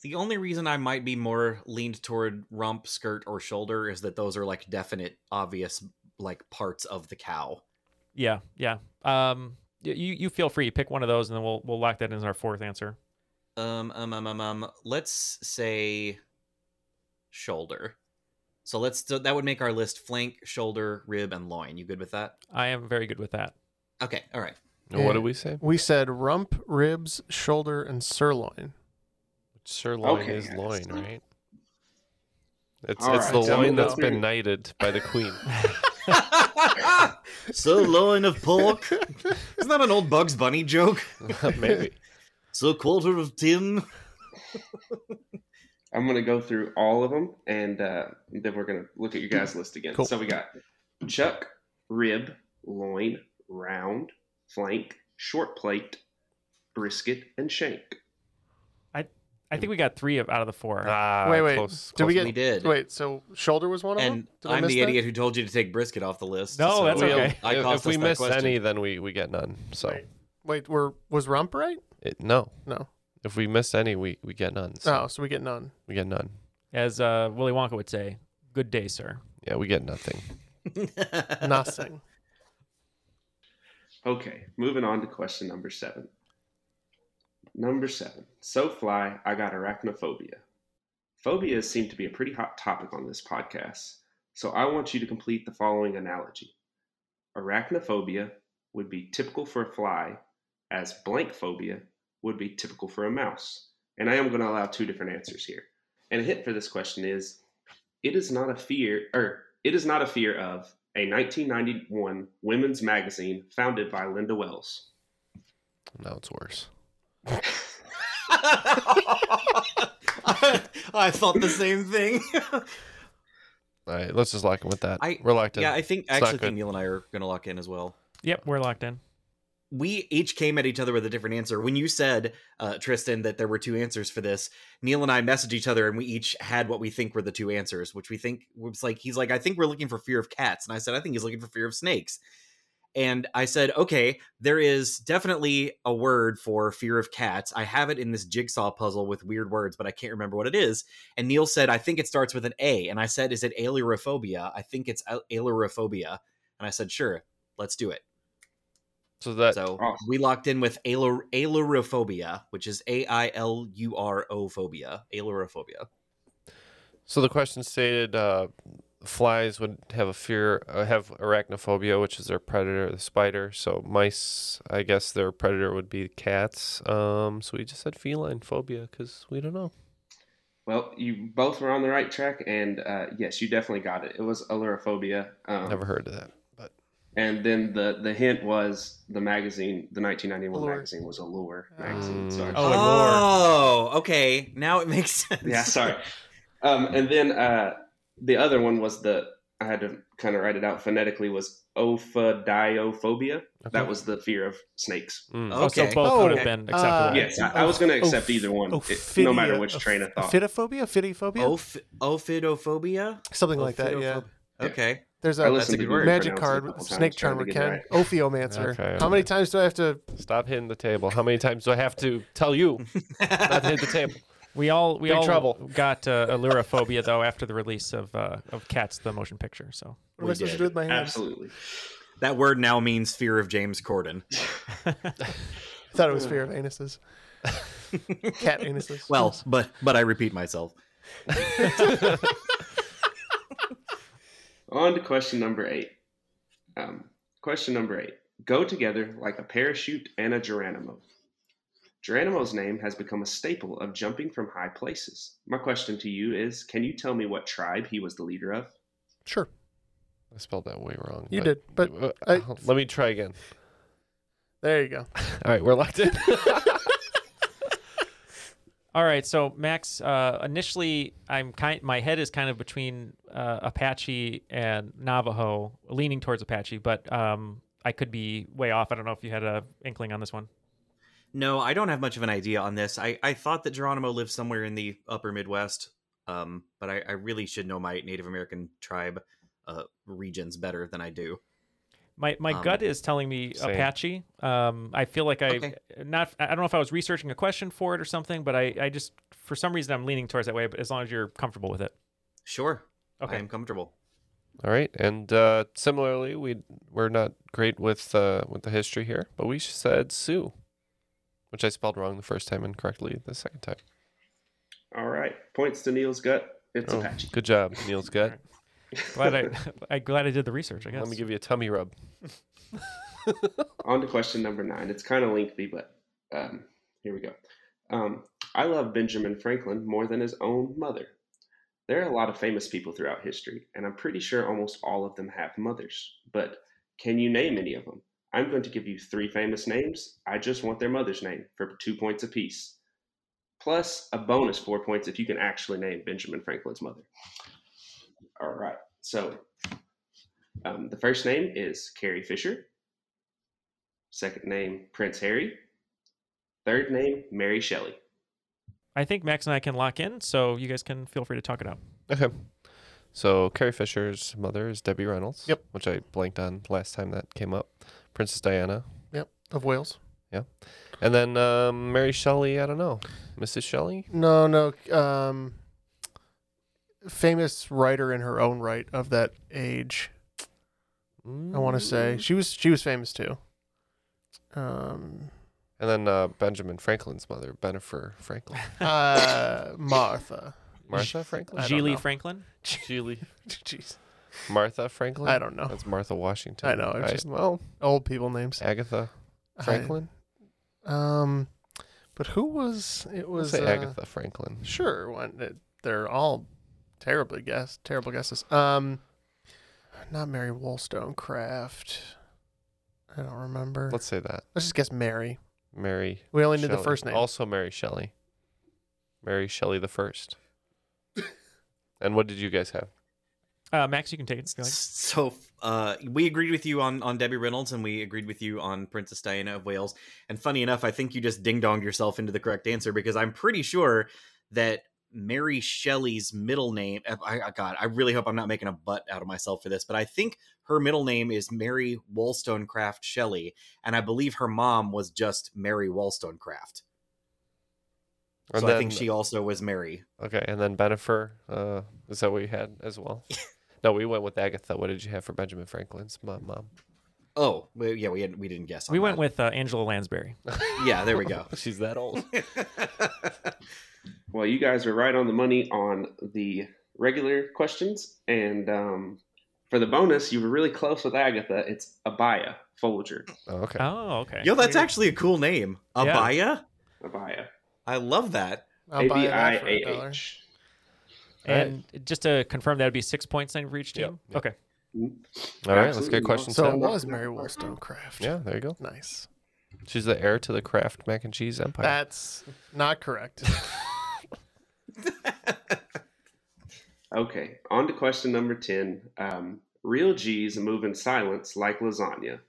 Speaker 4: The only reason I might be more leaned toward rump, skirt, or shoulder is that those are like definite, obvious like parts of the cow.
Speaker 3: Yeah, yeah. Um, y- you you feel free pick one of those, and then we'll we'll lock that in as our fourth answer.
Speaker 4: Um, um, um, um, um let's say shoulder. So let's so that would make our list flank, shoulder, rib, and loin. You good with that?
Speaker 3: I am very good with that.
Speaker 4: Okay, all right.
Speaker 2: And What did we say?
Speaker 1: We said rump, ribs, shoulder, and sirloin.
Speaker 2: Sirloin
Speaker 5: Okay,
Speaker 2: is
Speaker 5: guys.
Speaker 2: loin, right? It's
Speaker 5: All
Speaker 2: it's
Speaker 5: right,
Speaker 2: the
Speaker 5: tell me
Speaker 2: loin
Speaker 5: the
Speaker 2: that's
Speaker 5: three.
Speaker 2: been knighted by the queen.
Speaker 4: so loin of pork. Isn't that an old Bugs Bunny joke?
Speaker 2: Maybe.
Speaker 4: So quarter of tin.
Speaker 5: I'm going to go through all of them and uh, then we're going to look at your guys' list again.
Speaker 1: Cool.
Speaker 5: So we got chuck, rib, loin, round, flank, short plate, brisket, and shank.
Speaker 3: I think we got three of out of the four.
Speaker 2: Ah,
Speaker 1: wait, wait.
Speaker 2: close,
Speaker 1: did we
Speaker 2: close.
Speaker 1: get?
Speaker 4: We did.
Speaker 1: Wait, so shoulder was one of
Speaker 4: And
Speaker 1: them. Did I
Speaker 4: I'm
Speaker 1: miss
Speaker 4: the
Speaker 1: that?
Speaker 4: idiot who told you to take brisket off the list.
Speaker 3: No, that's
Speaker 2: We-
Speaker 3: okay.
Speaker 4: I
Speaker 2: if,
Speaker 4: cost
Speaker 2: if we
Speaker 4: us that
Speaker 2: miss
Speaker 4: question.
Speaker 2: any, then we, we get none. So
Speaker 1: Right. Wait, were was rump right?
Speaker 2: it, no,
Speaker 1: No.
Speaker 2: if we miss any, we, we get none. So
Speaker 1: Oh, so we get none.
Speaker 2: we get none.
Speaker 3: As uh, Willy Wonka would say, "Good day, sir."
Speaker 2: Yeah, we get nothing.
Speaker 1: Nothing.
Speaker 5: Okay, moving on to question number seven. Number seven. So fly, I got arachnophobia. Phobias seem to be a pretty hot topic on this podcast, so I want you to complete the following analogy. Arachnophobia would be typical for a fly as blank phobia would be typical for a mouse. And I am going to allow two different answers here. And a hint for this question is it is not a fear, or it is not a fear of a 1991 women's magazine founded by Linda Wells.
Speaker 2: Now it's worse.
Speaker 4: I, I thought the same thing.
Speaker 2: All right, let's just lock in with that.
Speaker 4: I-
Speaker 2: We're locked in.
Speaker 4: yeah, I think I
Speaker 2: not
Speaker 4: actually
Speaker 2: good.
Speaker 4: think Neil and I are going to lock in as well.
Speaker 3: Yep, we're locked in.
Speaker 4: we each came at each other with a different answer. When you said, uh, Tristan, that there were two answers for this, Neil and I messaged each other and we each had what we think were the two answers, which we think was like, he's like, I think we're looking for fear of cats. And I said, I think he's looking for fear of snakes. And I said, okay, there is definitely a word for fear of cats. I have it in this jigsaw puzzle with weird words, but I can't remember what it is. And Neil said, I think it starts with an A. And I said, is it ailerophobia? I think it's al- ailerophobia. And I said, sure, let's do it.
Speaker 2: So that
Speaker 4: So
Speaker 5: Awesome.
Speaker 4: we locked in with ailer- ailerophobia, which is A I L U R O phobia. Ailerophobia.
Speaker 2: So the question stated uh, flies would have a fear, uh, have arachnophobia, which is their predator, the spider. So mice, I guess their predator would be cats. Um, so we just said feline phobia because we don't know.
Speaker 5: Well, you both were on the right track, and uh, yes, you definitely got it. It was allurophobia. Um,
Speaker 2: Never heard of that. But
Speaker 5: And then the the hint was the magazine, the 1991
Speaker 1: Allure.
Speaker 5: magazine was Allure magazine.
Speaker 2: Mm.
Speaker 5: Sorry.
Speaker 1: Oh, like lore.
Speaker 4: Oh, okay. Now it makes sense.
Speaker 5: yeah, sorry. Um, and then uh, the other one was the I had to kind of write it out phonetically was ophidiophobia. That
Speaker 2: Okay.
Speaker 5: was the fear of snakes.
Speaker 2: Mm.
Speaker 3: Oh, so
Speaker 4: Okay.
Speaker 3: both would have
Speaker 5: Oh,
Speaker 3: been
Speaker 1: uh,
Speaker 3: acceptable.
Speaker 5: Yes, I, I was going to accept either one, it- no matter which train of thought.
Speaker 1: Phidophobia, phidophobia,
Speaker 4: Oph- ophidophobia?
Speaker 1: something like that. Yeah.
Speaker 4: Ophidophobia. Okay.
Speaker 1: There's
Speaker 5: I
Speaker 1: a,
Speaker 4: That's
Speaker 5: listened
Speaker 4: a good
Speaker 5: to you
Speaker 4: word.
Speaker 1: magic
Speaker 5: pronounce it
Speaker 1: card,
Speaker 5: a couple times
Speaker 1: snake
Speaker 5: trying
Speaker 1: charmer,
Speaker 5: to get it
Speaker 1: Ken,
Speaker 5: right.
Speaker 1: Ophiomancer.
Speaker 2: Okay,
Speaker 1: How many times do I have to?
Speaker 2: Stop hitting the table. How many times do I have to tell you not to hit the table?
Speaker 3: We all we
Speaker 2: Big
Speaker 3: all
Speaker 2: trouble.
Speaker 3: got uh, allurophobia though after the release of uh, of Cats the motion picture. So
Speaker 1: What am I
Speaker 4: We
Speaker 1: supposed to
Speaker 4: did.
Speaker 1: do with my hands?
Speaker 5: Absolutely.
Speaker 4: That word now means fear of James Corden.
Speaker 1: I thought it was fear of anuses. Cat anuses.
Speaker 4: Well, but but I repeat myself.
Speaker 5: On to question number eight. Um, question number eight. Go together like a parachute and a Geronimo. Geronimo's name has become a staple of jumping from high places. My question to you is can you tell me what tribe he was the leader of?
Speaker 1: sure.
Speaker 2: I spelled that way wrong.
Speaker 1: You did, but
Speaker 2: Uh,
Speaker 1: I-
Speaker 2: let me try again.
Speaker 1: There you go.
Speaker 2: All right, we're locked in.
Speaker 3: all right, so Max, uh, initially I'm kind my head is kind of between uh, Apache and Navajo, leaning towards Apache, but um, I could be way off. I don't know if you had a inkling on this one.
Speaker 4: No, I don't have much of an idea on this. I, I thought that Geronimo lived somewhere in the upper Midwest, um, but I, I really should know my Native American tribe uh, regions better than I do.
Speaker 3: My my
Speaker 4: Um,
Speaker 3: gut is telling me
Speaker 2: same.
Speaker 3: Apache. Um, I feel like I
Speaker 4: Okay.
Speaker 3: not. I don't know if I was researching a question for it or something, but I, I just for some reason I'm leaning towards that way. But as long as you're comfortable with it,
Speaker 4: Sure.
Speaker 3: okay.
Speaker 4: I am comfortable.
Speaker 2: All right, and uh, similarly, we we're not great with uh, with the history here, but we said Sue, which I spelled wrong the first time and correctly the second time.
Speaker 5: All right. Points to Neil's gut. It's
Speaker 2: Oh,
Speaker 5: Apache.
Speaker 2: good job, Neil's gut.
Speaker 3: glad I, I glad I did the research. I guess.
Speaker 2: Let me give you a tummy rub.
Speaker 5: On to question number nine. It's kind of lengthy, but um, here we go. Um, I love Benjamin Franklin more than his own mother. There are a lot of famous people throughout history, and I'm pretty sure almost all of them have mothers. But can you name any of them? I'm going to give you three famous names. I just want their mother's name for two points apiece, plus a bonus four points if you can actually name Benjamin Franklin's mother. All right. So um, the first name is Carrie Fisher. Second name, Prince Harry. Third name, Mary Shelley.
Speaker 3: I think Max and I can lock in, so you guys can feel free to talk it out.
Speaker 2: Okay. So Carrie Fisher's mother is Debbie Reynolds.
Speaker 1: Yep.
Speaker 2: Which I blanked on last time that came up. Princess Diana,
Speaker 1: Yep. Of Wales.
Speaker 2: and then um, Mary Shelley. I don't know, Mrs. Shelley.
Speaker 1: No, no. Um, famous writer in her own right of that age. I want to
Speaker 4: Mm.
Speaker 1: say she was she was famous too. Um,
Speaker 2: And then uh, Benjamin Franklin's mother, Bennifer Franklin,
Speaker 1: uh, Martha.
Speaker 2: Martha Franklin,
Speaker 1: I don't
Speaker 3: Geely
Speaker 1: know.
Speaker 3: Franklin.
Speaker 2: Sheely,
Speaker 1: Jeez,
Speaker 2: Martha Franklin.
Speaker 1: I don't know.
Speaker 2: That's Martha Washington.
Speaker 1: I know, it's just-
Speaker 2: well,
Speaker 1: Old people names.
Speaker 2: Agatha Franklin.
Speaker 1: I, Um, but who was it? Was
Speaker 2: Let's say
Speaker 1: uh,
Speaker 2: Agatha Franklin.
Speaker 1: Sure, one. that- They're all terribly guess, terrible guesses. Um, not Mary Wollstonecraft. I don't remember.
Speaker 2: Let's say that
Speaker 1: Let's just guess Mary.
Speaker 2: Mary.
Speaker 1: We only need the
Speaker 2: Shelley.
Speaker 1: first name.
Speaker 2: Also Mary Shelley. Mary Shelley the first. and what did you guys have?
Speaker 3: Uh, Max, you can take it. if you like.
Speaker 4: So uh, we agreed with you on, on Debbie Reynolds and we agreed with you on Princess Diana of Wales. And funny enough, I think you just ding donged yourself into the correct answer because I'm pretty sure that Mary Shelley's middle name. I, I, God, I really hope I'm not making a butt out of myself for this, but I think her middle name is Mary Wollstonecraft Shelley. And I believe her mom was just Mary Wollstonecraft. So
Speaker 2: And
Speaker 4: I think
Speaker 2: then-
Speaker 4: she also was Mary.
Speaker 2: Okay, and then Benifer. Uh, is that what you had as well? no, we went with Agatha. What did you have for Benjamin Franklin's mom? mom?
Speaker 4: Oh, well, yeah, we, had, we didn't guess. On
Speaker 3: We went
Speaker 4: that.
Speaker 3: with uh, Angela Lansbury.
Speaker 4: Yeah, there we go.
Speaker 2: She's that old.
Speaker 5: Well, you guys are right on the money on the regular questions, and um, for the bonus, you were really close with Agatha. It's Abaya Folger.
Speaker 2: Oh, okay.
Speaker 3: Oh, okay.
Speaker 4: Yo, that's actually a cool name.
Speaker 3: Yeah.
Speaker 4: Abaya?
Speaker 5: Abaya.
Speaker 4: I love that.
Speaker 1: I'll
Speaker 5: A
Speaker 1: buy
Speaker 5: B I
Speaker 1: that for a
Speaker 5: A
Speaker 1: dollar.
Speaker 5: H.
Speaker 3: And just to confirm, that would be six points then for each
Speaker 2: Yep.
Speaker 3: team. Okay.
Speaker 2: All right, let's get
Speaker 5: Absolutely.
Speaker 2: question
Speaker 1: So it
Speaker 2: seven.
Speaker 1: was Mary Wollstonecraft.
Speaker 2: Yeah, there you go.
Speaker 1: Nice.
Speaker 2: She's the heir to the Kraft mac and cheese empire.
Speaker 1: That's not correct.
Speaker 5: Okay, on to question number 10. Um, real G's move in silence like lasagna.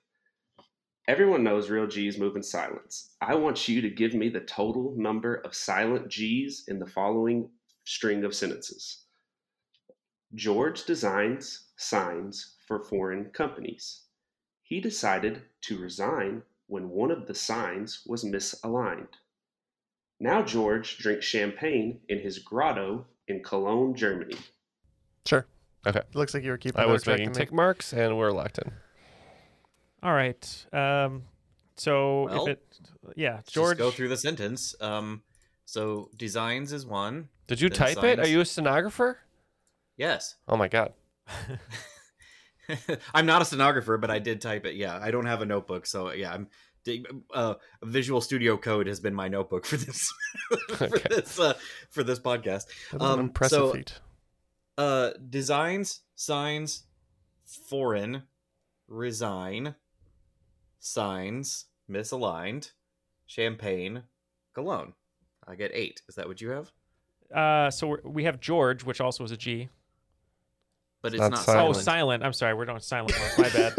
Speaker 5: Everyone knows real G's move in silence. I want you to give me the total number of silent G's in the following string of sentences George designs signs for foreign companies. He decided to resign when one of the signs was misaligned. Now George drinks champagne in his grotto in Cologne, Germany.
Speaker 1: sure.
Speaker 2: Okay.
Speaker 1: Looks like you were keeping.
Speaker 2: I
Speaker 1: that
Speaker 2: was
Speaker 1: track
Speaker 2: making
Speaker 1: to me.
Speaker 2: tick marks, and we're locked in.
Speaker 3: All right. Um, so
Speaker 4: Well,
Speaker 3: if it, yeah,
Speaker 4: George.
Speaker 3: George.
Speaker 4: go through the sentence. Um, so designs is one.
Speaker 2: Did you
Speaker 4: Then
Speaker 2: type it? Are
Speaker 4: signs.
Speaker 2: you a stenographer?
Speaker 4: Yes.
Speaker 2: Oh my god.
Speaker 4: I'm not a stenographer, but I did type it. Yeah, I don't have a notebook, so yeah, I'm. dig- Uh, Visual Studio Code has been my notebook for this for
Speaker 2: Okay.
Speaker 4: this uh, for this podcast.
Speaker 1: That was
Speaker 4: Um,
Speaker 1: an impressive
Speaker 4: so-
Speaker 1: feat.
Speaker 4: Uh, designs, signs, foreign, resign, signs, misaligned, champagne, cologne. I get eight. Is that what you have?
Speaker 3: Uh, so we're, we have George, which also is a G.
Speaker 4: But it's
Speaker 2: Not
Speaker 4: not,
Speaker 3: Oh,
Speaker 4: silent.
Speaker 3: silent. I'm sorry, we're doing silent. ones. My bad.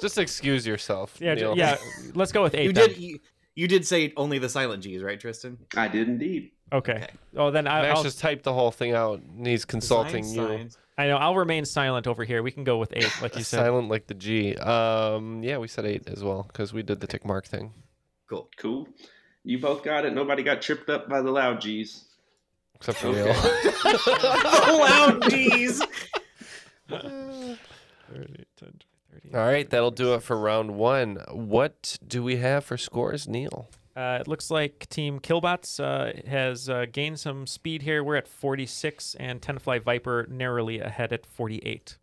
Speaker 2: Just excuse yourself.
Speaker 3: Yeah, j-
Speaker 2: Neil.
Speaker 3: yeah. Let's go with eight.
Speaker 4: You
Speaker 3: then.
Speaker 4: did. You, you did say only the silent G's, right, Tristan?
Speaker 5: I did indeed.
Speaker 3: Okay. Oh, then I,
Speaker 2: Max
Speaker 3: I'll.
Speaker 2: just typed the whole thing out. And he's consulting
Speaker 4: Designs,
Speaker 2: you.
Speaker 4: signs.
Speaker 3: I know. I'll remain silent over here. We can go with eight, like you said.
Speaker 2: Silent like the G. Um, yeah, we said eight as well because we did the tick mark thing.
Speaker 4: Cool.
Speaker 5: Cool. You both got it. Nobody got tripped up by the loud G's.
Speaker 2: Except for
Speaker 5: Okay.
Speaker 2: Neil.
Speaker 4: the loud G's.
Speaker 3: 30, 10, 30.
Speaker 2: All right, that'll do it for round one. What do we have for scores, Neil?
Speaker 3: Uh, it looks like Team Killbots uh, has uh, gained some speed here. We're at 46, and Tenafly Viper narrowly ahead at 48.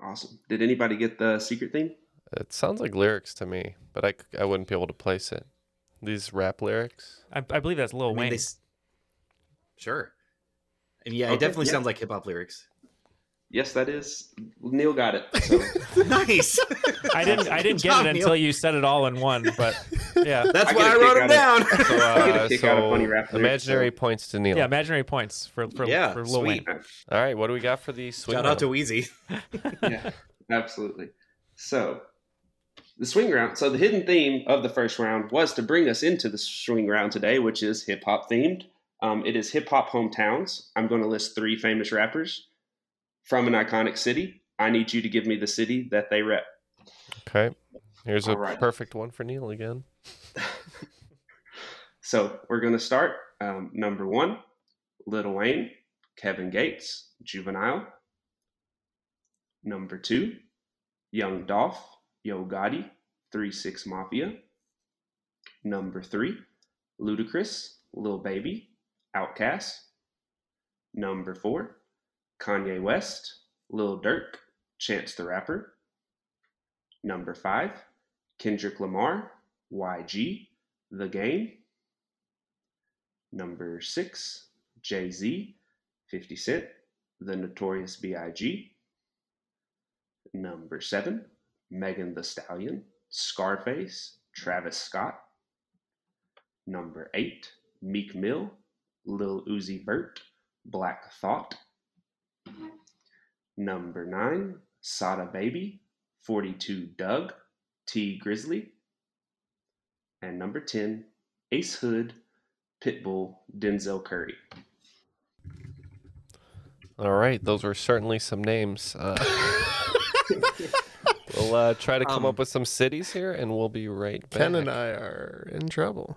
Speaker 5: Awesome. Did anybody get the secret theme?
Speaker 2: It sounds like lyrics to me, but I, c- I wouldn't be able to place it. These rap lyrics.
Speaker 3: I, I believe that's
Speaker 4: I
Speaker 3: Lil
Speaker 4: mean,
Speaker 3: Wayne.
Speaker 4: they s- sure. And yeah,
Speaker 5: Okay,
Speaker 4: it definitely
Speaker 5: yeah.
Speaker 4: sounds like hip hop lyrics.
Speaker 5: Yes, that is. Neil got it. So
Speaker 4: nice.
Speaker 3: I didn't. I didn't get
Speaker 4: Job,
Speaker 3: it
Speaker 4: Neil.
Speaker 3: until you said it all in one. But yeah,
Speaker 4: That's
Speaker 5: I
Speaker 4: why
Speaker 5: get
Speaker 4: I
Speaker 5: a
Speaker 4: wrote
Speaker 5: kick
Speaker 4: them
Speaker 5: out
Speaker 4: down.
Speaker 5: of- I get a kick out of
Speaker 2: uh, so
Speaker 5: funny rap lyrics,
Speaker 2: imaginary
Speaker 5: so-
Speaker 2: points to Neil.
Speaker 3: yeah. Imaginary points for for,
Speaker 4: Yeah,
Speaker 3: for Lil Wayne.
Speaker 4: sweet.
Speaker 2: All right, what do we got for the swing?
Speaker 4: Shout out to
Speaker 2: round?
Speaker 4: Wheezy.
Speaker 5: yeah, absolutely. So the swing round. So the hidden theme of the first round was to bring us into the swing round today, which is hip hop themed. Um, it is hip hop hometowns. I'm going to list three famous rappers from an iconic city. I need you to give me the city that they rep.
Speaker 2: Okay, here's a
Speaker 5: All right.
Speaker 2: perfect one for Neil again.
Speaker 5: So we're going to start um, number one Lil Wayne, Kevin Gates, Juvenile. Number two, Young Dolph, Yo Gotti, 3 6 Mafia. Number three, Ludacris, Lil Baby, Outkast. Number four, Kanye West, Lil Durk, Chance the Rapper. Number five, Kendrick Lamar, YG, The Game. Number six, Jay Z, 50 Cent, The Notorious B.I.G. Number seven, Megan the Stallion, Scarface, Travis Scott. Number eight, Meek Mill, Lil Uzi Vert, Black Thought. Number nine, Sada Baby, 42 Doug, T Grizzly. And number 10, Ace Hood, Pitbull, Denzel Curry.
Speaker 2: All right, those were certainly some names. Uh, we'll uh, try to come
Speaker 4: Um,
Speaker 2: up with some cities here, and we'll be right back.
Speaker 1: Ken and I are in trouble.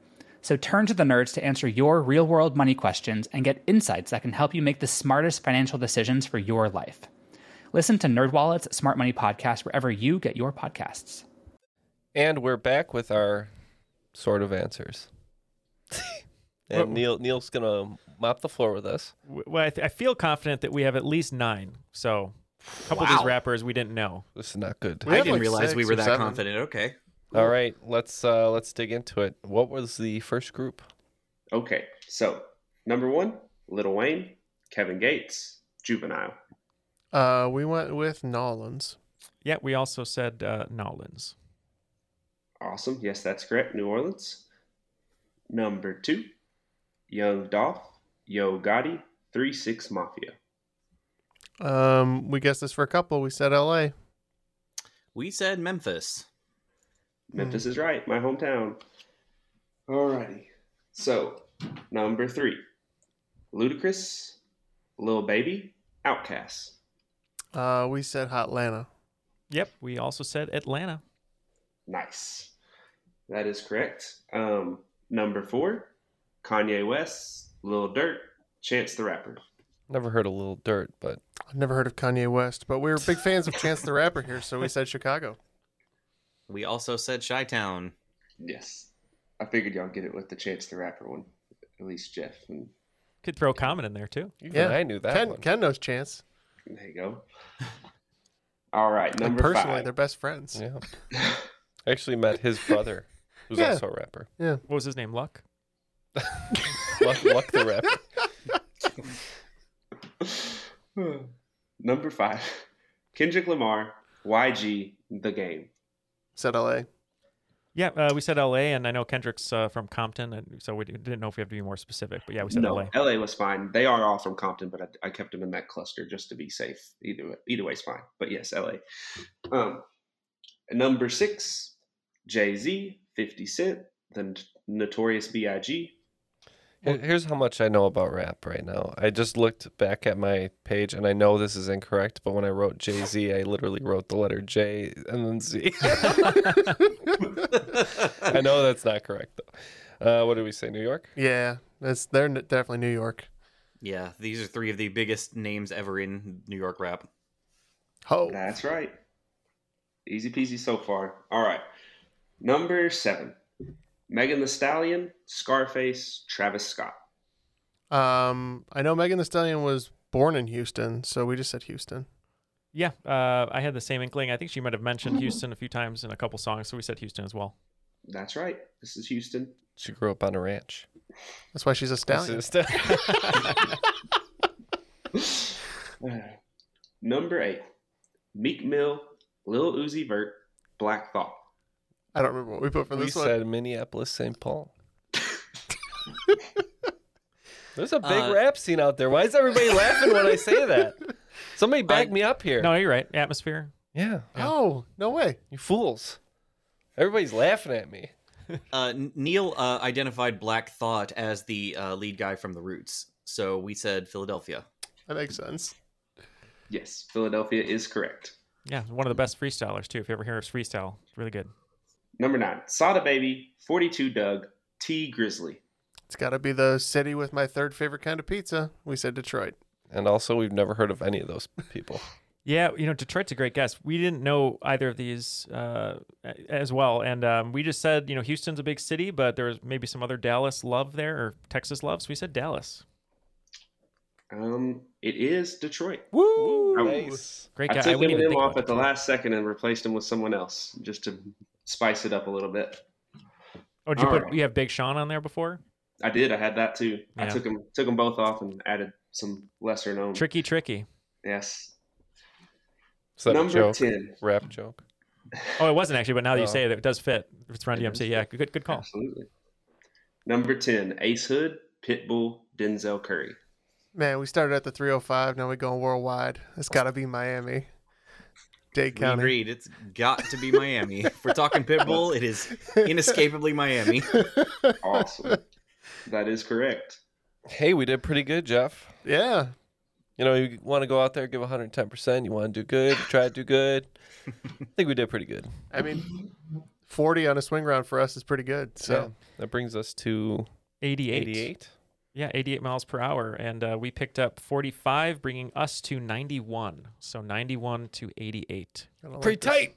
Speaker 7: So turn to the nerds to answer your real world money questions and get insights that can help you make the smartest financial decisions for your life. Listen to NerdWallet's Smart Money Podcast wherever you get your podcasts.
Speaker 2: And we're back with our sort of answers.
Speaker 3: Well-
Speaker 2: and Neil Neil's gonna mop the floor with us.
Speaker 3: W- Well, I, th- I feel confident that we have at least nine. So a couple of these
Speaker 2: Wow.
Speaker 3: rappers we didn't know.
Speaker 2: This is not good.
Speaker 3: We
Speaker 4: I
Speaker 3: have,
Speaker 4: didn't
Speaker 3: like,
Speaker 4: realize we
Speaker 3: six
Speaker 4: were
Speaker 3: or
Speaker 4: that
Speaker 3: seven.
Speaker 4: confident. Okay.
Speaker 2: All right, let's uh let's dig into it. What was the first group?
Speaker 5: Okay, so number one, Little Wayne, Kevin Gates, Juvenile.
Speaker 1: Uh, we went with Nolans.
Speaker 3: Yeah, we also said uh, Nolans.
Speaker 5: Awesome. Yes, that's correct. New Orleans. Number two, Young Dolph, Yo Gotti, 3 6 Mafia.
Speaker 1: Um, we guessed this for a couple. We said L.A.
Speaker 4: We said Memphis.
Speaker 5: Memphis is right, my hometown. Alrighty. So, number three, Ludacris, Lil Baby, Outcast.
Speaker 1: Uh, we said Hotlanta.
Speaker 3: Yep, we also said Atlanta.
Speaker 5: Nice. That is correct. Um, number four, Kanye West, Lil Durk, Chance the Rapper.
Speaker 2: Never heard of Little Dirt, but
Speaker 1: I've never heard of Kanye West, but we were big fans of Chance the Rapper here, so we said Chicago.
Speaker 4: We also said Chi Town.
Speaker 5: Yes. I figured y'all get it with the Chance the Rapper one. At least Jeff. And
Speaker 3: Could throw Common in there too.
Speaker 2: even I knew that
Speaker 1: Ken,
Speaker 2: one.
Speaker 1: Ken knows Chance.
Speaker 5: there you go. All right,
Speaker 1: Like,
Speaker 5: number
Speaker 1: personally,
Speaker 5: five.
Speaker 1: they're best friends.
Speaker 2: Yeah. I actually met his brother, who's
Speaker 1: Yeah.
Speaker 2: also a rapper.
Speaker 1: Yeah.
Speaker 3: What was his name? Luck.
Speaker 2: Luck, Luck the rapper.
Speaker 4: Hmm.
Speaker 5: Number five, Kendrick Lamar, YG, The Game.
Speaker 1: Said L.A.
Speaker 3: Yeah, uh, we said L.A. and I know Kendrick's uh, from Compton, and so we d- didn't know if we have to be more specific. But yeah, we said
Speaker 5: no,
Speaker 3: L.A.
Speaker 5: LA was fine. They are all from Compton, but I, I kept them in that cluster just to be safe. Either way, either way's fine. But yes, LA. Um, number six, Jay Z, Fifty Cent, the Notorious B.I.G.
Speaker 2: Here- Here's how much I know about rap right now. I just looked back at my page, and I know this is incorrect, but when I wrote Jay Z, I literally wrote the letter J and then Z. I know that's not correct, though. Uh, what did we say? New York?
Speaker 1: Yeah, that's they're n- definitely New York.
Speaker 4: Yeah, these are three of the biggest names ever in New York rap.
Speaker 1: Oh,
Speaker 5: that's right. Easy peasy so far. All right. Number seven Megan the Stallion, Scarface, Travis Scott.
Speaker 1: Um, I know Megan Thee Stallion was born in Houston, so we just said Houston.
Speaker 3: Yeah, uh, I had the same inkling. I think she might have mentioned Houston a few times in a couple songs, so we said Houston as well.
Speaker 5: That's right. This is Houston.
Speaker 2: She grew up on a ranch.
Speaker 1: That's why she's a stallion.
Speaker 2: This is-
Speaker 5: Number eight Meek Mill, Lil Uzi Vert, Black Thought.
Speaker 1: I don't remember what we put for
Speaker 2: we
Speaker 1: this one.
Speaker 2: said Minneapolis, St. Paul. There's a big
Speaker 3: Uh,
Speaker 2: rap scene out there. Why is everybody laughing when I say that? Somebody back me up here.
Speaker 3: No, you're right. Atmosphere.
Speaker 2: Yeah.
Speaker 1: Oh, no way.
Speaker 2: You fools. Everybody's laughing at me.
Speaker 4: Uh, N- Neil uh, identified Black Thought as the uh, lead guy from The Roots, so we said Philadelphia.
Speaker 1: That makes sense.
Speaker 5: Yes, Philadelphia is correct.
Speaker 3: Yeah, one of
Speaker 2: Mm.
Speaker 3: the best freestylers too. If you ever hear us freestyle, it's really good.
Speaker 5: Number nine Sada Baby, 42 Doug, T Grizzly.
Speaker 1: It's got to be the city with my third favorite kind of pizza. We said Detroit.
Speaker 2: And also, we've never heard of any of those people.
Speaker 3: Yeah, you know Detroit's a great guess. We didn't know either of these uh, a- as well, and um, we just said you know Houston's a big city, but there was maybe some other Dallas love there or Texas love, so we said Dallas.
Speaker 5: Um, it is Detroit.
Speaker 2: Woo!
Speaker 5: I,
Speaker 2: Nice.
Speaker 3: Great
Speaker 5: I
Speaker 3: guy. I
Speaker 5: took
Speaker 3: wouldn't even
Speaker 5: him
Speaker 3: think
Speaker 5: off
Speaker 3: about
Speaker 5: at the last second and replaced him with someone else just to spice it up a little bit.
Speaker 3: Oh, did you
Speaker 5: All
Speaker 3: put you have Big Sean on there before?
Speaker 5: I did. I had that too. I
Speaker 3: Yeah.
Speaker 5: took them took them both off and added some lesser known.
Speaker 3: Tricky, tricky.
Speaker 5: Yes.
Speaker 2: Is that a
Speaker 5: Number
Speaker 2: joke?
Speaker 5: 10.
Speaker 2: Rap joke.
Speaker 3: Oh, it wasn't actually, but now that
Speaker 5: Oh.
Speaker 3: you say it, it does fit. It's Run DMC. Yeah, good, good call.
Speaker 5: Absolutely. Number ten, Ace Hood, Pitbull, Denzel Curry.
Speaker 1: Man, we started at the 305. Now we're going worldwide. It's got to be Miami, Dade
Speaker 4: We
Speaker 1: County.
Speaker 4: agreed. It's got to be Miami. if we're talking Pitbull, it is inescapably Miami.
Speaker 5: Awesome. that is correct.
Speaker 2: Hey, we did pretty good, Jeff.
Speaker 1: Yeah.
Speaker 2: You know, you want to go out there, give 110%. You want to do good, you try to do good. I think we did pretty good.
Speaker 1: I mean, 40 on a swing round for us is pretty good. So
Speaker 2: That brings us to
Speaker 3: 88.
Speaker 2: 88.
Speaker 3: Yeah, 88 miles per hour. And uh, we picked up 45, bringing us to 91. So 91 to 88.
Speaker 1: I don't like
Speaker 2: Pretty
Speaker 1: this-
Speaker 2: tight.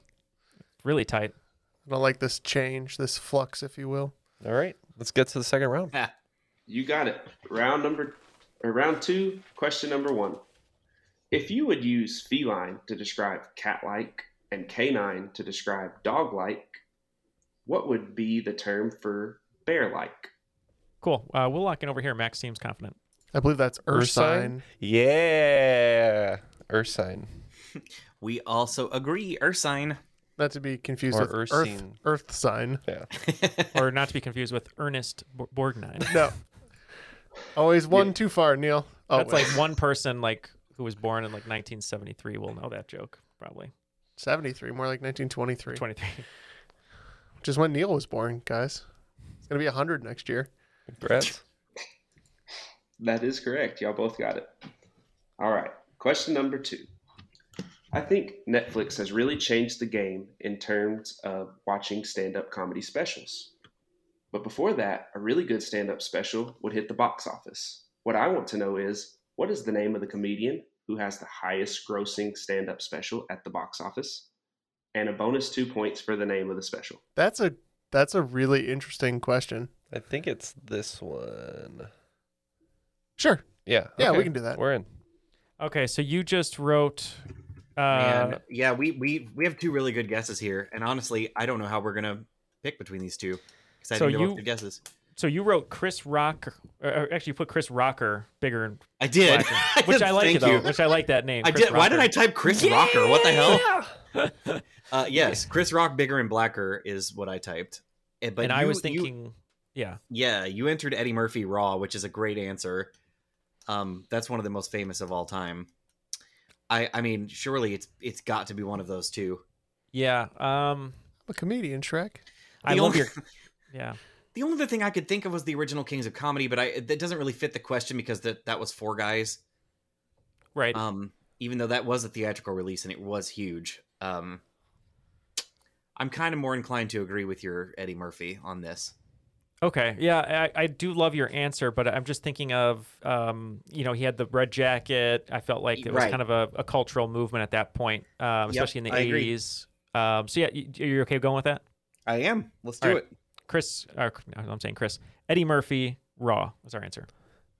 Speaker 3: Really tight.
Speaker 1: I don't like this change, this flux, if you will.
Speaker 2: All right. Let's get to the second round.
Speaker 5: You got it. Round number or round two, question number one. If you would use feline to describe cat like and canine to describe dog like, what would be the term for bear like?
Speaker 3: Cool. Uh, we'll lock in over here. Max seems confident.
Speaker 1: I believe that's Ursine.
Speaker 2: Yeah. Ursine.
Speaker 4: We also agree, Ursine.
Speaker 1: Not to be confused
Speaker 2: Or
Speaker 1: with Earth,
Speaker 2: Ursine.
Speaker 1: Earth sign.
Speaker 2: Yeah.
Speaker 3: or not to be confused with Ernest Bo- Borgnine.
Speaker 1: No. Always one too far, Neil. Oh,
Speaker 3: That's
Speaker 1: wait.
Speaker 3: like one person like who was born in like 1973 will know that joke, probably.
Speaker 1: 73, more like 1923,
Speaker 3: 23.
Speaker 1: which is when Neil was born, guys. It's going to be 100 next year.
Speaker 2: Congrats.
Speaker 5: That is correct. Y'all both got it. All right. Question number two. I think Netflix has really changed the game in terms of watching stand up comedy specials. But before that, a really good stand up special would hit the box office. What I want to know is what is the name of the comedian who has the highest grossing stand up special at the box office? And a bonus two points for the name of the special.
Speaker 1: That's a that's a really interesting question.
Speaker 2: I think it's this one.
Speaker 1: Sure.
Speaker 2: Yeah.
Speaker 1: Yeah, we can do that.
Speaker 2: We're in.
Speaker 3: Okay, so you just wrote. Uh,
Speaker 4: And yeah, we, we we have two really good guesses here, and honestly, I don't know how we're gonna pick between these two because I
Speaker 3: So
Speaker 4: think they're
Speaker 3: you-
Speaker 4: both good guesses.
Speaker 3: So you wrote Chris Rock, or, or actually you put Chris Rocker bigger, and
Speaker 4: I did.
Speaker 3: blacker, which I like
Speaker 4: Thank
Speaker 3: though,
Speaker 4: you.
Speaker 3: which I like that name.
Speaker 4: I
Speaker 3: Chris
Speaker 4: did. Why did I
Speaker 3: Rocker.
Speaker 4: type Chris Rocker? What the hell? Uh, yes, Chris Rock bigger and blacker is what I typed. Eh, But
Speaker 3: and I
Speaker 4: you-
Speaker 3: was
Speaker 4: you-
Speaker 3: thinking, yeah,
Speaker 4: yeah, you entered Eddie Murphy Raw, which is a great answer. Um, that's one of the most famous of all time. I I mean, surely it's it's got to be one of those two.
Speaker 3: yeah. Um,
Speaker 1: I'm a comedian, Shrek.
Speaker 3: I
Speaker 4: The
Speaker 3: love
Speaker 4: only-
Speaker 3: your, yeah.
Speaker 4: The only other thing I could think of was the original Kings of Comedy, but I that doesn't really fit the question because that that was four guys,
Speaker 3: right?
Speaker 4: Um, even though that was a theatrical release and it was huge, um, I'm kind of more inclined to agree with your Eddie Murphy on this.
Speaker 3: Okay, yeah, I, I do love your answer, but I'm just thinking of, um, you know, he had the red jacket. I felt like it was
Speaker 4: Right.
Speaker 3: kind of a, a cultural movement at that point,
Speaker 4: Yep,
Speaker 3: um, especially in the
Speaker 4: I agree.
Speaker 3: 80s. Um, so yeah, you, you're okay going with that?
Speaker 4: I am. Let's
Speaker 3: All
Speaker 4: do
Speaker 3: right.
Speaker 4: it.
Speaker 3: Chris, or, I'm saying Chris, Eddie Murphy, Raw was our answer.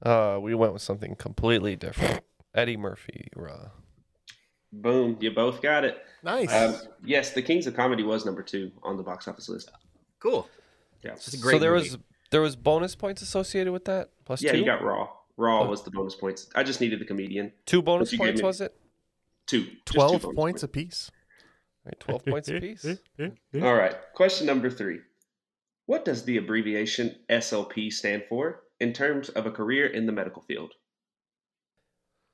Speaker 2: Uh, we went with something completely different. Eddie Murphy, uh, raw.
Speaker 5: Boom, you both got it.
Speaker 1: Nice.
Speaker 5: Um, yes, The Kings of Comedy was number two on the box office list.
Speaker 4: Cool.
Speaker 5: Yeah,
Speaker 2: so there was there was bonus points associated with that. Plus
Speaker 5: yeah,
Speaker 2: two.
Speaker 5: you got Raw. Raw
Speaker 2: Oh.
Speaker 5: was the bonus points. I just needed the comedian.
Speaker 2: Two bonus
Speaker 5: But you gave
Speaker 2: points,
Speaker 5: me
Speaker 2: was it?
Speaker 5: Two. Just two
Speaker 1: Twelve
Speaker 5: bonus
Speaker 1: points apiece.
Speaker 2: Right, Twelve points apiece.
Speaker 5: All right. Question number three. What does the abbreviation SLP stand for in terms of a career in the medical field?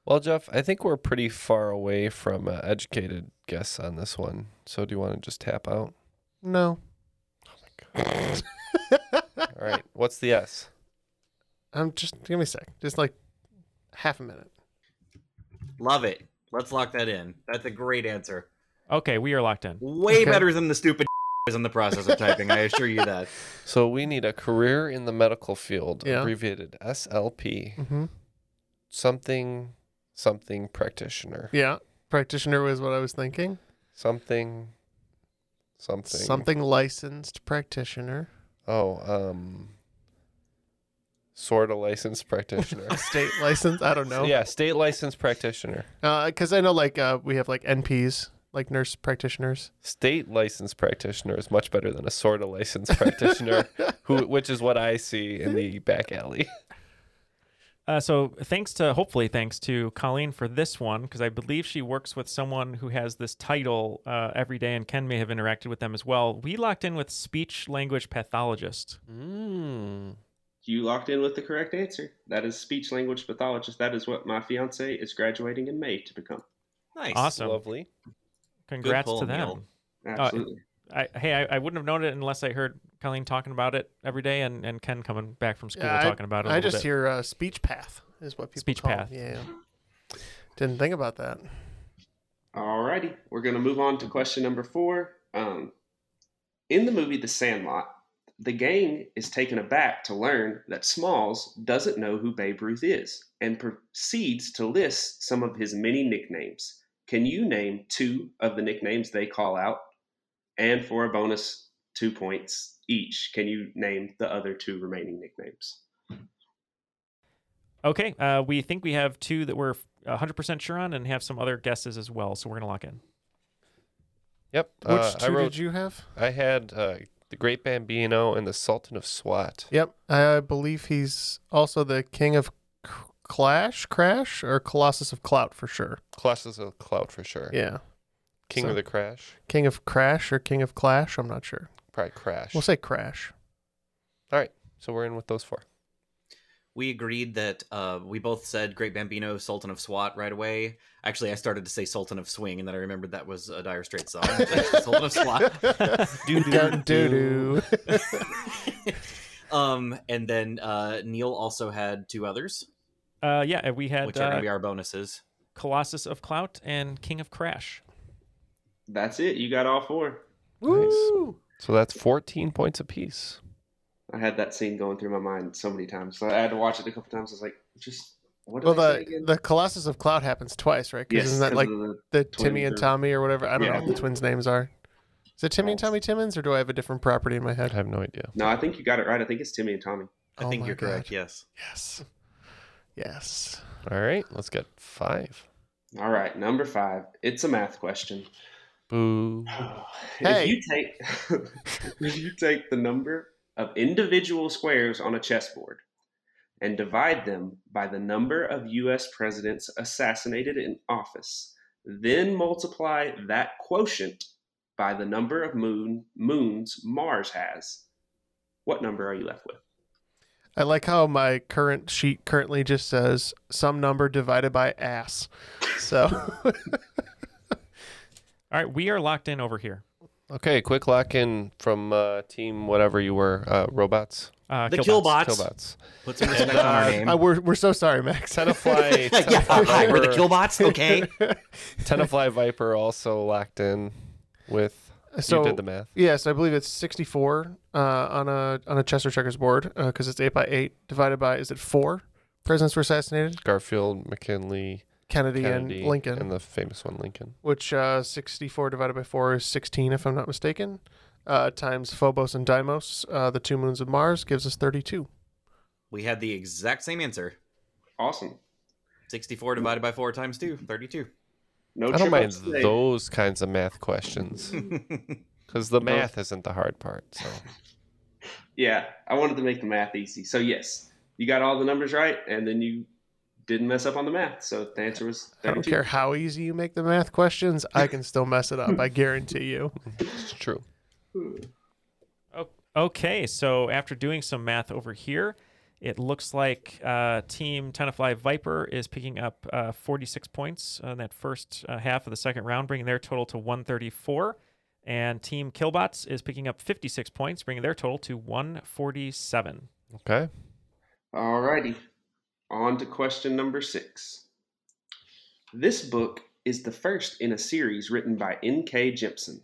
Speaker 2: Well, Jeff, I think we're pretty far away from uh, educated guess on this one. So do you want to just tap out?
Speaker 1: No.
Speaker 2: All right. What's the S?
Speaker 1: I'm just give me a sec. Just like half a minute.
Speaker 4: Love it. Let's lock that in. That's a great answer.
Speaker 3: Okay, we are locked in.
Speaker 4: Way better than the stupid is in the process of typing. I assure you that.
Speaker 2: So we need a career in the medical field,
Speaker 1: Yeah.
Speaker 2: abbreviated SLP,
Speaker 3: Mm-hmm.
Speaker 1: Mhm.
Speaker 2: something, something practitioner,
Speaker 1: Yeah, practitioner was what I was thinking.
Speaker 2: something, something,
Speaker 1: Something licensed practitioner.
Speaker 2: Oh, um, sort of licensed practitioner.
Speaker 1: State license. I don't know.
Speaker 2: Yeah, state licensed practitioner,
Speaker 1: Because I know like uh, we have like NPs, like nurse practitioners.
Speaker 2: state licensed practitioner is much better than a sort of licensed practitioner, who, which is what I see in the back alley.
Speaker 3: Uh, so thanks to hopefully thanks to Colleen for this one because I believe she works with someone who has this title uh, every day, and Ken may have interacted with them as well. We locked in with speech language pathologist.
Speaker 2: Mm.
Speaker 5: You locked in with the correct answer. That is speech language pathologist. That is what my fiance is graduating in May to become.
Speaker 4: Nice.
Speaker 3: Awesome.
Speaker 2: Lovely.
Speaker 3: Congrats
Speaker 4: pull,
Speaker 3: to them.
Speaker 4: Neil.
Speaker 3: Uh,
Speaker 5: Absolutely.
Speaker 3: I, hey, I, I wouldn't have known it unless I heard Colleen talking about it every day, and, and Ken coming back from school
Speaker 1: Yeah, I-
Speaker 3: talking about it. I
Speaker 1: I just hear uh, speech path is what people
Speaker 3: Speech
Speaker 1: call it.
Speaker 3: path.
Speaker 1: Yeah. Didn't think about that.
Speaker 5: All righty. We're going to move on to question number four. Um, in the movie The Sandlot, the gang is taken aback to learn that Smalls doesn't know who Babe Ruth is and proceeds to list some of his many nicknames. Can you name two of the nicknames they call out? And for a bonus, two points each. Can you name the other two remaining nicknames?
Speaker 3: Okay, uh, we think we have two that we're 100 percent sure on, and have some other guesses as well. So we're gonna lock in.
Speaker 2: Yep.
Speaker 1: Which
Speaker 2: uh,
Speaker 1: two
Speaker 2: I wrote,
Speaker 1: did you have?
Speaker 2: I had uh, the Great Bambino and the Sultan of SWAT.
Speaker 1: Yep. I believe he's also the king of c- clash, crash, or colossus of clout for sure.
Speaker 2: Colossus of Clout for sure.
Speaker 1: Yeah.
Speaker 2: King
Speaker 1: So-
Speaker 2: of the Crash.
Speaker 1: King of crash or king of clash. I'm not sure.
Speaker 2: Probably Crash.
Speaker 1: We'll say crash.
Speaker 2: All right. So we're in with those four.
Speaker 4: We agreed that uh, we both said Great Bambino, Sultan of SWAT right away. Actually, I started to say Sultan of Swing, and then I remembered that was a Dire Straits song. Sultan of SWAT.
Speaker 1: Do do do.
Speaker 4: Um, and then uh, Neil also had two others,
Speaker 3: Uh, yeah, and we had
Speaker 4: which are going
Speaker 3: uh,
Speaker 4: to be our bonuses.
Speaker 3: Colossus of Clout and King of Crash.
Speaker 5: That's it. You got all four.
Speaker 1: Woo!
Speaker 2: So that's 14 points apiece.
Speaker 5: I had that scene going through my mind so many times. So I had to watch it a couple times. I was like, just what? Did
Speaker 1: Well,
Speaker 5: they say
Speaker 1: the
Speaker 5: again?
Speaker 1: the colossus of clout happens twice, right? 'Cause
Speaker 5: Yes,
Speaker 1: isn't that
Speaker 5: 'cause
Speaker 1: like
Speaker 5: of the
Speaker 1: the
Speaker 5: twins
Speaker 1: Timmy and
Speaker 5: or-
Speaker 1: Tommy or whatever? I don't
Speaker 5: Yeah.
Speaker 1: know what the twins' names are. Is it Timmy and Tommy Timmons, or do I have a different property in my
Speaker 2: I
Speaker 1: head?
Speaker 2: have no idea.
Speaker 5: No, I think you got it right. I think it's Timmy and Tommy.
Speaker 4: I
Speaker 1: Oh
Speaker 4: think
Speaker 1: my
Speaker 4: you're correct.
Speaker 1: God.
Speaker 4: Yes.
Speaker 1: Yes. Yes.
Speaker 2: All right. Let's get five.
Speaker 5: All right, number five. It's a math question.
Speaker 2: Boo.
Speaker 1: Hey.
Speaker 5: If you take if you take the number of individual squares on a chessboard and divide them by the number of US presidents assassinated in office, then multiply that quotient by the number of moon moons Mars has, what number are you left with?
Speaker 1: I like how my current sheet currently just says some number divided by ass. So,
Speaker 3: All right, we are locked in over here.
Speaker 2: Okay, quick lock in from uh, team whatever you were, uh, robots.
Speaker 3: Uh,
Speaker 1: The Killbots. Killbots.
Speaker 2: Killbots.
Speaker 4: Put some
Speaker 1: respect on our name. Uh, we're- we're so sorry, Max.
Speaker 2: Tenafly.
Speaker 1: Yeah,
Speaker 2: Tenafly
Speaker 1: we're the
Speaker 2: Viper-
Speaker 1: Killbots, okay.
Speaker 2: Tenafly Viper also locked in with.
Speaker 1: So
Speaker 2: you did the math.
Speaker 1: Yes, I believe it's 64 uh, on a on a Chester checkers board because it's eight by eight divided by is it four presidents were assassinated,
Speaker 2: Garfield, McKinley,
Speaker 1: Kennedy and Lincoln.
Speaker 2: and the famous one Lincoln.
Speaker 1: which uh, 64 divided by four is 16 if I'm not mistaken. Uh, times Phobos and Deimos, uh, the two moons of Mars, gives us 32.
Speaker 4: We had the exact same answer.
Speaker 5: Awesome.
Speaker 4: 64 divided by 4 times 2, 32.
Speaker 5: No
Speaker 2: I don't mind
Speaker 4: triple today.
Speaker 2: those kinds of math questions because the math isn't the hard part. So
Speaker 5: Yeah, I wanted to make the math easy. So yes, you got all the numbers right, and then you didn't mess up on the math. So the answer was
Speaker 1: I don't
Speaker 5: 32.
Speaker 1: care how easy you make the math questions, I can still mess it up. I guarantee you.
Speaker 2: It's true.
Speaker 3: Okay, so after doing some math over here, it looks like uh, Team Tenafly Viper is picking up uh, 46 points on that first uh, half of the second round, bringing their total to 134. And Team Killbots is picking up 56 points, bringing their total to 147.
Speaker 2: Okay.
Speaker 5: Alrighty. On to question number six. This book is the first in a series written by N.K. Jemison.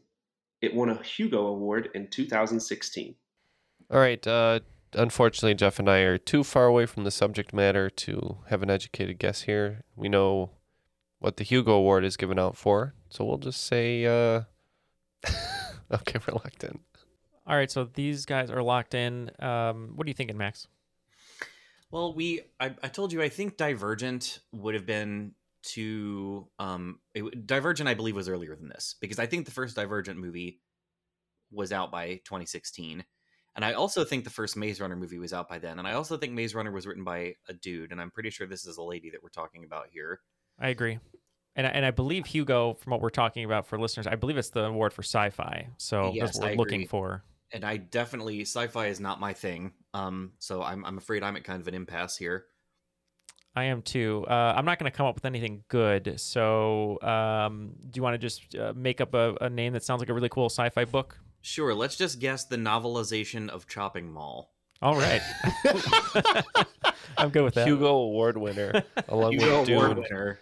Speaker 5: It won a Hugo Award in 2016.
Speaker 2: All right. Uh, unfortunately, Jeff and I are too far away from the subject matter to have an educated guess here. We know what the Hugo Award is given out for, so we'll just say, uh, okay, we're locked in.
Speaker 3: All right, so these guys are locked in. Um, what are you thinking, Max?
Speaker 4: Well, we I, I told you I think Divergent would have been too um it, w- Divergent I believe was earlier than this because I think the first Divergent movie was out by 2016. And I also think the first Maze Runner movie was out by then. And I also think Maze Runner was written by a dude and I'm pretty sure this is a lady that we're talking about here.
Speaker 3: I agree. And I, and I believe Hugo, from what we're talking about for listeners, I believe it's the award for sci-fi. So
Speaker 4: Yes,
Speaker 3: Oh, that's what we're
Speaker 4: I
Speaker 3: looking
Speaker 4: agree.
Speaker 3: for.
Speaker 4: And I definitely sci-fi is not my thing. Um so I'm I'm afraid I'm at kind of an impasse here.
Speaker 3: I am too. Uh, I'm not going to come up with anything good. So, um, do you want to just uh, make up a, a name that sounds like a really cool sci-fi book?
Speaker 4: Sure, let's just guess the novelization of Chopping Mall.
Speaker 3: All right, I'm good with that.
Speaker 2: Hugo Award winner, along
Speaker 4: Hugo
Speaker 2: with
Speaker 4: Award
Speaker 2: Dune.
Speaker 4: winner.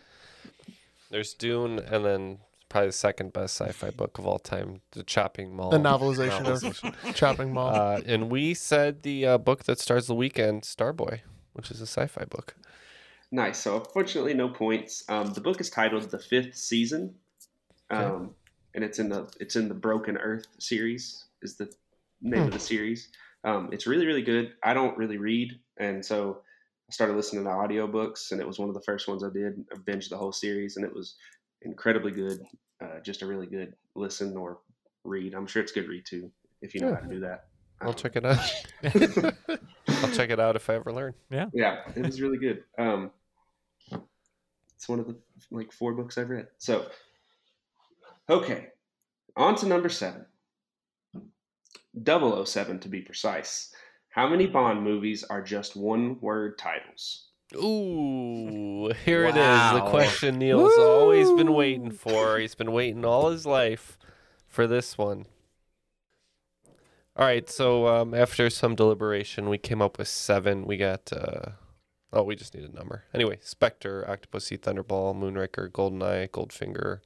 Speaker 2: There's Dune, and then probably the second best sci-fi book of all time, The Chopping Mall.
Speaker 1: The novelization
Speaker 2: Novelization.
Speaker 1: of Chopping Mall.
Speaker 2: Uh, and we said the uh, book that stars the weekend, Starboy, which is a sci-fi book.
Speaker 5: Nice. So, unfortunately, no points. Um, the book is titled "The Fifth Season," um,
Speaker 2: Okay.
Speaker 5: and it's in the it's in the Broken Earth series. Is the name
Speaker 2: Hmm.
Speaker 5: of the series. Um, it's really really good. I don't really read, and so I started listening to audiobooks, and it was one of the first ones I did. I binged the whole series, and it was incredibly good. Uh, just a really good listen or read. I'm sure it's good read too if you know
Speaker 2: Yeah.
Speaker 5: how to do that.
Speaker 2: I'll check it out. I'll check it out if I ever learn.
Speaker 3: Yeah.
Speaker 5: yeah it was really good um it's one of the like four books i've read so okay on to number seven 007 to be precise how many bond movies are just one word titles
Speaker 2: Ooh, here it is. The
Speaker 5: Wow.
Speaker 2: question Neil's always been waiting for. He's been waiting all his life for this one. All right, so um, after some deliberation, we came up with seven. We got, uh, oh, we just need a number. Anyway, Spectre, Octopussy, Thunderball, Moonraker, Goldeneye, Goldfinger,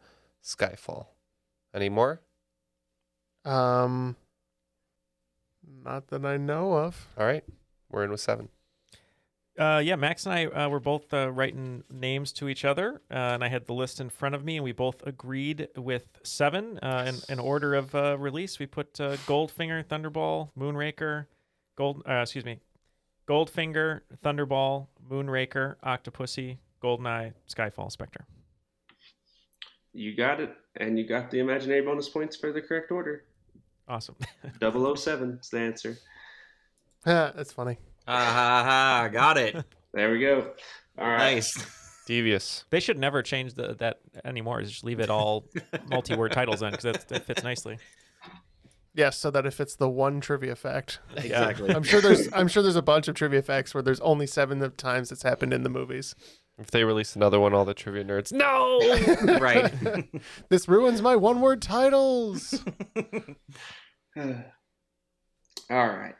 Speaker 2: Skyfall. Any more?
Speaker 1: Um, not that I know of.
Speaker 2: All right, we're in with seven.
Speaker 3: Uh, yeah, Max and I uh, were both uh, writing names to each other, uh, and I had the list in front of me, and we both agreed with seven uh, in, in order of uh, release. We put uh, Goldfinger, Thunderball, Moonraker, Gold. Uh, excuse me, Goldfinger, Thunderball, Moonraker, Octopussy, Goldeneye, Skyfall, Spectre.
Speaker 5: you got it and you got the imaginary bonus points for the correct order
Speaker 3: awesome
Speaker 5: 007 is the answer
Speaker 1: Yeah, that's funny.
Speaker 4: Ah ha ha! Got it.
Speaker 5: there we go all right
Speaker 2: Devious.
Speaker 3: They should never change the, that anymore. Just leave it all multi-word titles in because that fits nicely.
Speaker 1: Yes, so that if it's the one trivia fact.
Speaker 3: Exactly.
Speaker 1: I'm sure there's I'm sure there's a bunch of trivia facts where there's only seven of times it's happened in the movies.
Speaker 2: If they release another one, all the trivia nerds. No.
Speaker 4: right.
Speaker 1: this ruins my one word titles.
Speaker 5: All right.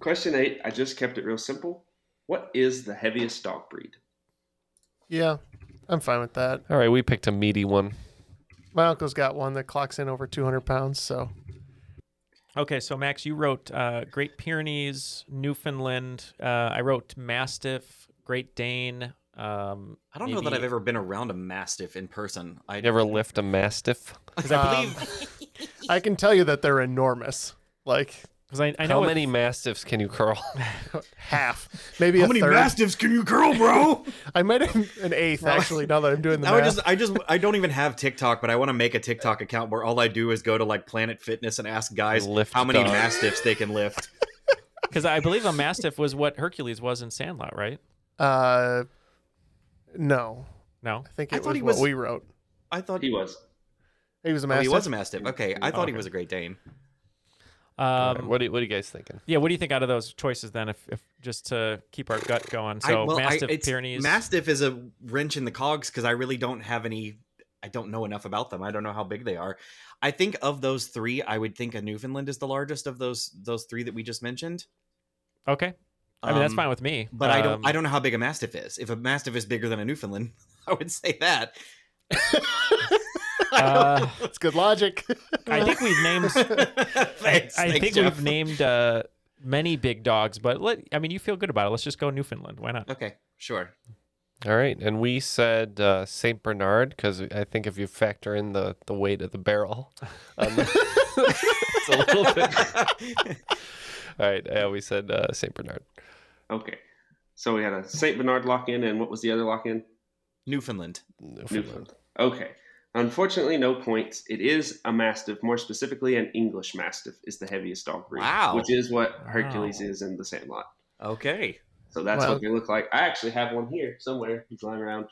Speaker 5: Question eight. I just kept it real simple. What is the heaviest dog breed?
Speaker 1: yeah, I'm fine with that.
Speaker 2: All right, we picked a meaty one.
Speaker 1: My uncle's got one that clocks in over 200 pounds, so
Speaker 3: Okay, so Max, you wrote uh, Great Pyrenees, Newfoundland. Uh, I wrote Mastiff, Great Dane. Um,
Speaker 4: I don't know that I've ever been around a mastiff in person. I
Speaker 2: You ever lift a mastiff?
Speaker 4: because I believe
Speaker 1: um, I can tell you that they're enormous. Like,
Speaker 3: because I,
Speaker 2: How many mastiffs can you curl?
Speaker 1: half, maybe
Speaker 4: How
Speaker 1: a
Speaker 4: many
Speaker 1: third.
Speaker 4: mastiffs can you curl, bro?
Speaker 1: I might have an eighth actually. Now that I'm doing the
Speaker 4: Now I
Speaker 1: math,
Speaker 4: just, I just, I don't even have TikTok, but I want to make a TikTok account where all I do is go to like Planet Fitness and ask guys
Speaker 2: Lift
Speaker 4: how many
Speaker 2: dog.
Speaker 4: mastiffs they can lift.
Speaker 3: Because I believe a Mastiff was what Hercules was in Sandlot, right?
Speaker 1: uh, no,
Speaker 3: No.
Speaker 1: I think
Speaker 4: I
Speaker 1: it
Speaker 4: thought
Speaker 1: was,
Speaker 4: he was-
Speaker 1: what we wrote.
Speaker 4: I thought
Speaker 5: He was.
Speaker 1: He was a
Speaker 4: Oh,
Speaker 1: mastiff.
Speaker 4: he was a mastiff. Okay, I thought he was a Great Dane.
Speaker 3: Um,
Speaker 2: what, are, what are you guys thinking?
Speaker 3: yeah. What do you think out of those choices then? If, if just to keep our gut going,
Speaker 4: I-
Speaker 3: so
Speaker 4: well, I-
Speaker 3: Mastiff,
Speaker 4: it's-
Speaker 3: Pyrenees.
Speaker 4: Mastiff is a wrench in the cogs because I really don't have any. I don't know enough about them. I don't know how big they are. I think of those three, I would think a Newfoundland is the largest of those those three that we just mentioned.
Speaker 3: okay. I mean, that's
Speaker 4: Um,
Speaker 3: fine with me.
Speaker 4: But I don't.
Speaker 3: Um,
Speaker 4: I don't know how big a mastiff is. If a mastiff is bigger than a Newfoundland, I would say that.
Speaker 3: uh,
Speaker 1: That's good logic.
Speaker 3: I think we've named.
Speaker 4: Thanks,
Speaker 3: I
Speaker 4: thanks,
Speaker 3: think
Speaker 4: Jeff.
Speaker 3: we've named uh, many big dogs, but let. I mean, you feel good about it. Let's just go Newfoundland. Why not?
Speaker 4: Okay, sure.
Speaker 2: All right, and we said uh, Saint Bernard because I think if you factor in the, the weight of the barrel, on the- it's a little bit. All right, uh, we said uh, Saint Bernard.
Speaker 5: Okay. So we had a Saint Bernard lock in, and what was the other lock in?
Speaker 4: Newfoundland.
Speaker 2: Newfoundland.
Speaker 5: Okay. Unfortunately, no points. It is a mastiff, more specifically, an English mastiff is the heaviest dog breed,
Speaker 4: Wow.
Speaker 5: which is what Hercules
Speaker 3: Wow.
Speaker 5: is in the Sandlot.
Speaker 4: Okay.
Speaker 5: So that's
Speaker 1: Wow.
Speaker 5: what they look like. I actually have one here somewhere. He's lying around.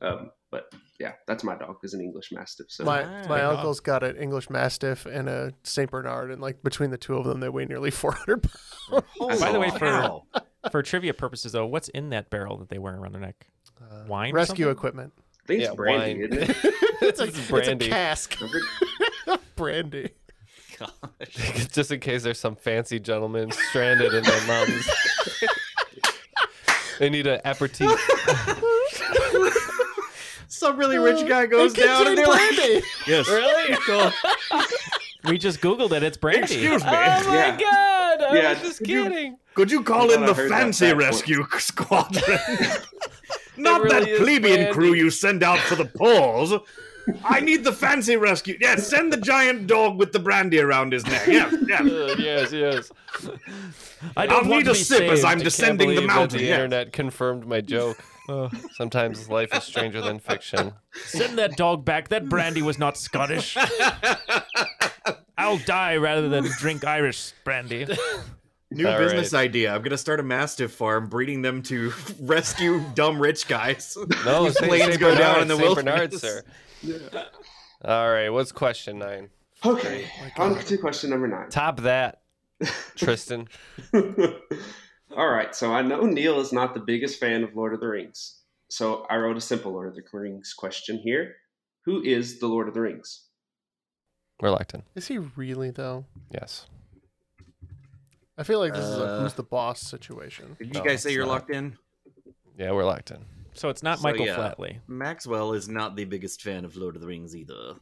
Speaker 5: Um, but yeah, that's my dog. Is an English mastiff. So
Speaker 1: my
Speaker 4: Ah.
Speaker 1: my uncle's got an English mastiff and a Saint Bernard, and like between the two of them, they weigh nearly 400 pounds.
Speaker 3: By the way, for-
Speaker 4: Wow.
Speaker 3: For trivia purposes, though, what's in that barrel that they wear around their neck?
Speaker 4: Uh,
Speaker 3: Wine. or
Speaker 1: Rescue
Speaker 3: something?
Speaker 1: equipment.
Speaker 5: I think it's
Speaker 2: Yeah,
Speaker 5: brandy,
Speaker 2: wine.
Speaker 5: isn't it?
Speaker 1: it's, a,
Speaker 2: This is
Speaker 1: it's
Speaker 2: brandy.
Speaker 1: a cask.
Speaker 5: Is it?
Speaker 1: brandy.
Speaker 4: Gosh.
Speaker 2: Just in case there's some fancy gentleman stranded in their mountains, they need an aperitif.
Speaker 4: Some really rich guy goes
Speaker 1: It
Speaker 4: down and
Speaker 1: contained
Speaker 4: they're like,
Speaker 1: brandy.
Speaker 4: "Yes, really?
Speaker 3: We just googled it. It's brandy. Oh,
Speaker 4: Excuse me.
Speaker 5: yeah.
Speaker 3: God, I
Speaker 5: Yeah,
Speaker 3: was just
Speaker 5: you-
Speaker 3: kidding.
Speaker 4: Could you call
Speaker 5: I
Speaker 4: in
Speaker 5: thought I
Speaker 4: the
Speaker 5: heard that
Speaker 4: fancy
Speaker 5: backwards.
Speaker 4: rescue squadron? Not
Speaker 2: It really
Speaker 4: that
Speaker 2: is
Speaker 4: plebeian
Speaker 2: brandy.
Speaker 4: crew you send out for the paws. I need the fancy rescue. Yes, send the giant dog with the brandy around his neck. Yeah, yeah.
Speaker 2: Good, yes, yes.
Speaker 3: I
Speaker 4: I'll need a sip as I'm
Speaker 2: I can't
Speaker 4: descending the
Speaker 2: believe that
Speaker 4: mountain.
Speaker 2: The
Speaker 4: yeah.
Speaker 2: internet confirmed my joke. Sometimes life is stranger than fiction.
Speaker 3: Send that dog back. That brandy was not Scottish. I'll die rather than drink Irish brandy.
Speaker 4: New
Speaker 2: All
Speaker 4: business idea. I'm gonna start a mastiff farm, breeding them to rescue dumb rich guys.
Speaker 2: No,
Speaker 4: These
Speaker 2: Saint,
Speaker 4: planes
Speaker 2: Saint
Speaker 4: go
Speaker 2: Bernard,
Speaker 4: down in the
Speaker 2: Saint Bernard,
Speaker 4: wilderness.
Speaker 2: sir. All right, what's question nine?
Speaker 5: Okay.
Speaker 4: Oh
Speaker 5: On to question number nine.
Speaker 2: Top that, Tristan.
Speaker 5: All right, so I know Neil is not the biggest fan of Lord of the Rings, so I wrote a simple Lord of the Rings question here. Who is the Lord of the Rings?
Speaker 2: We're locked in.
Speaker 1: Is he really though?
Speaker 2: Yes.
Speaker 1: I feel like this is a
Speaker 4: Uh,
Speaker 1: who's the boss situation.
Speaker 4: Did you
Speaker 2: No,
Speaker 4: guys say
Speaker 2: Oh, it's
Speaker 4: you're
Speaker 2: not.
Speaker 4: locked in?
Speaker 2: Yeah, we're locked in.
Speaker 3: So it's not
Speaker 4: So,
Speaker 3: Michael
Speaker 4: yeah.
Speaker 3: Flatley.
Speaker 4: Maxwell is not the biggest fan of Lord of the Rings either.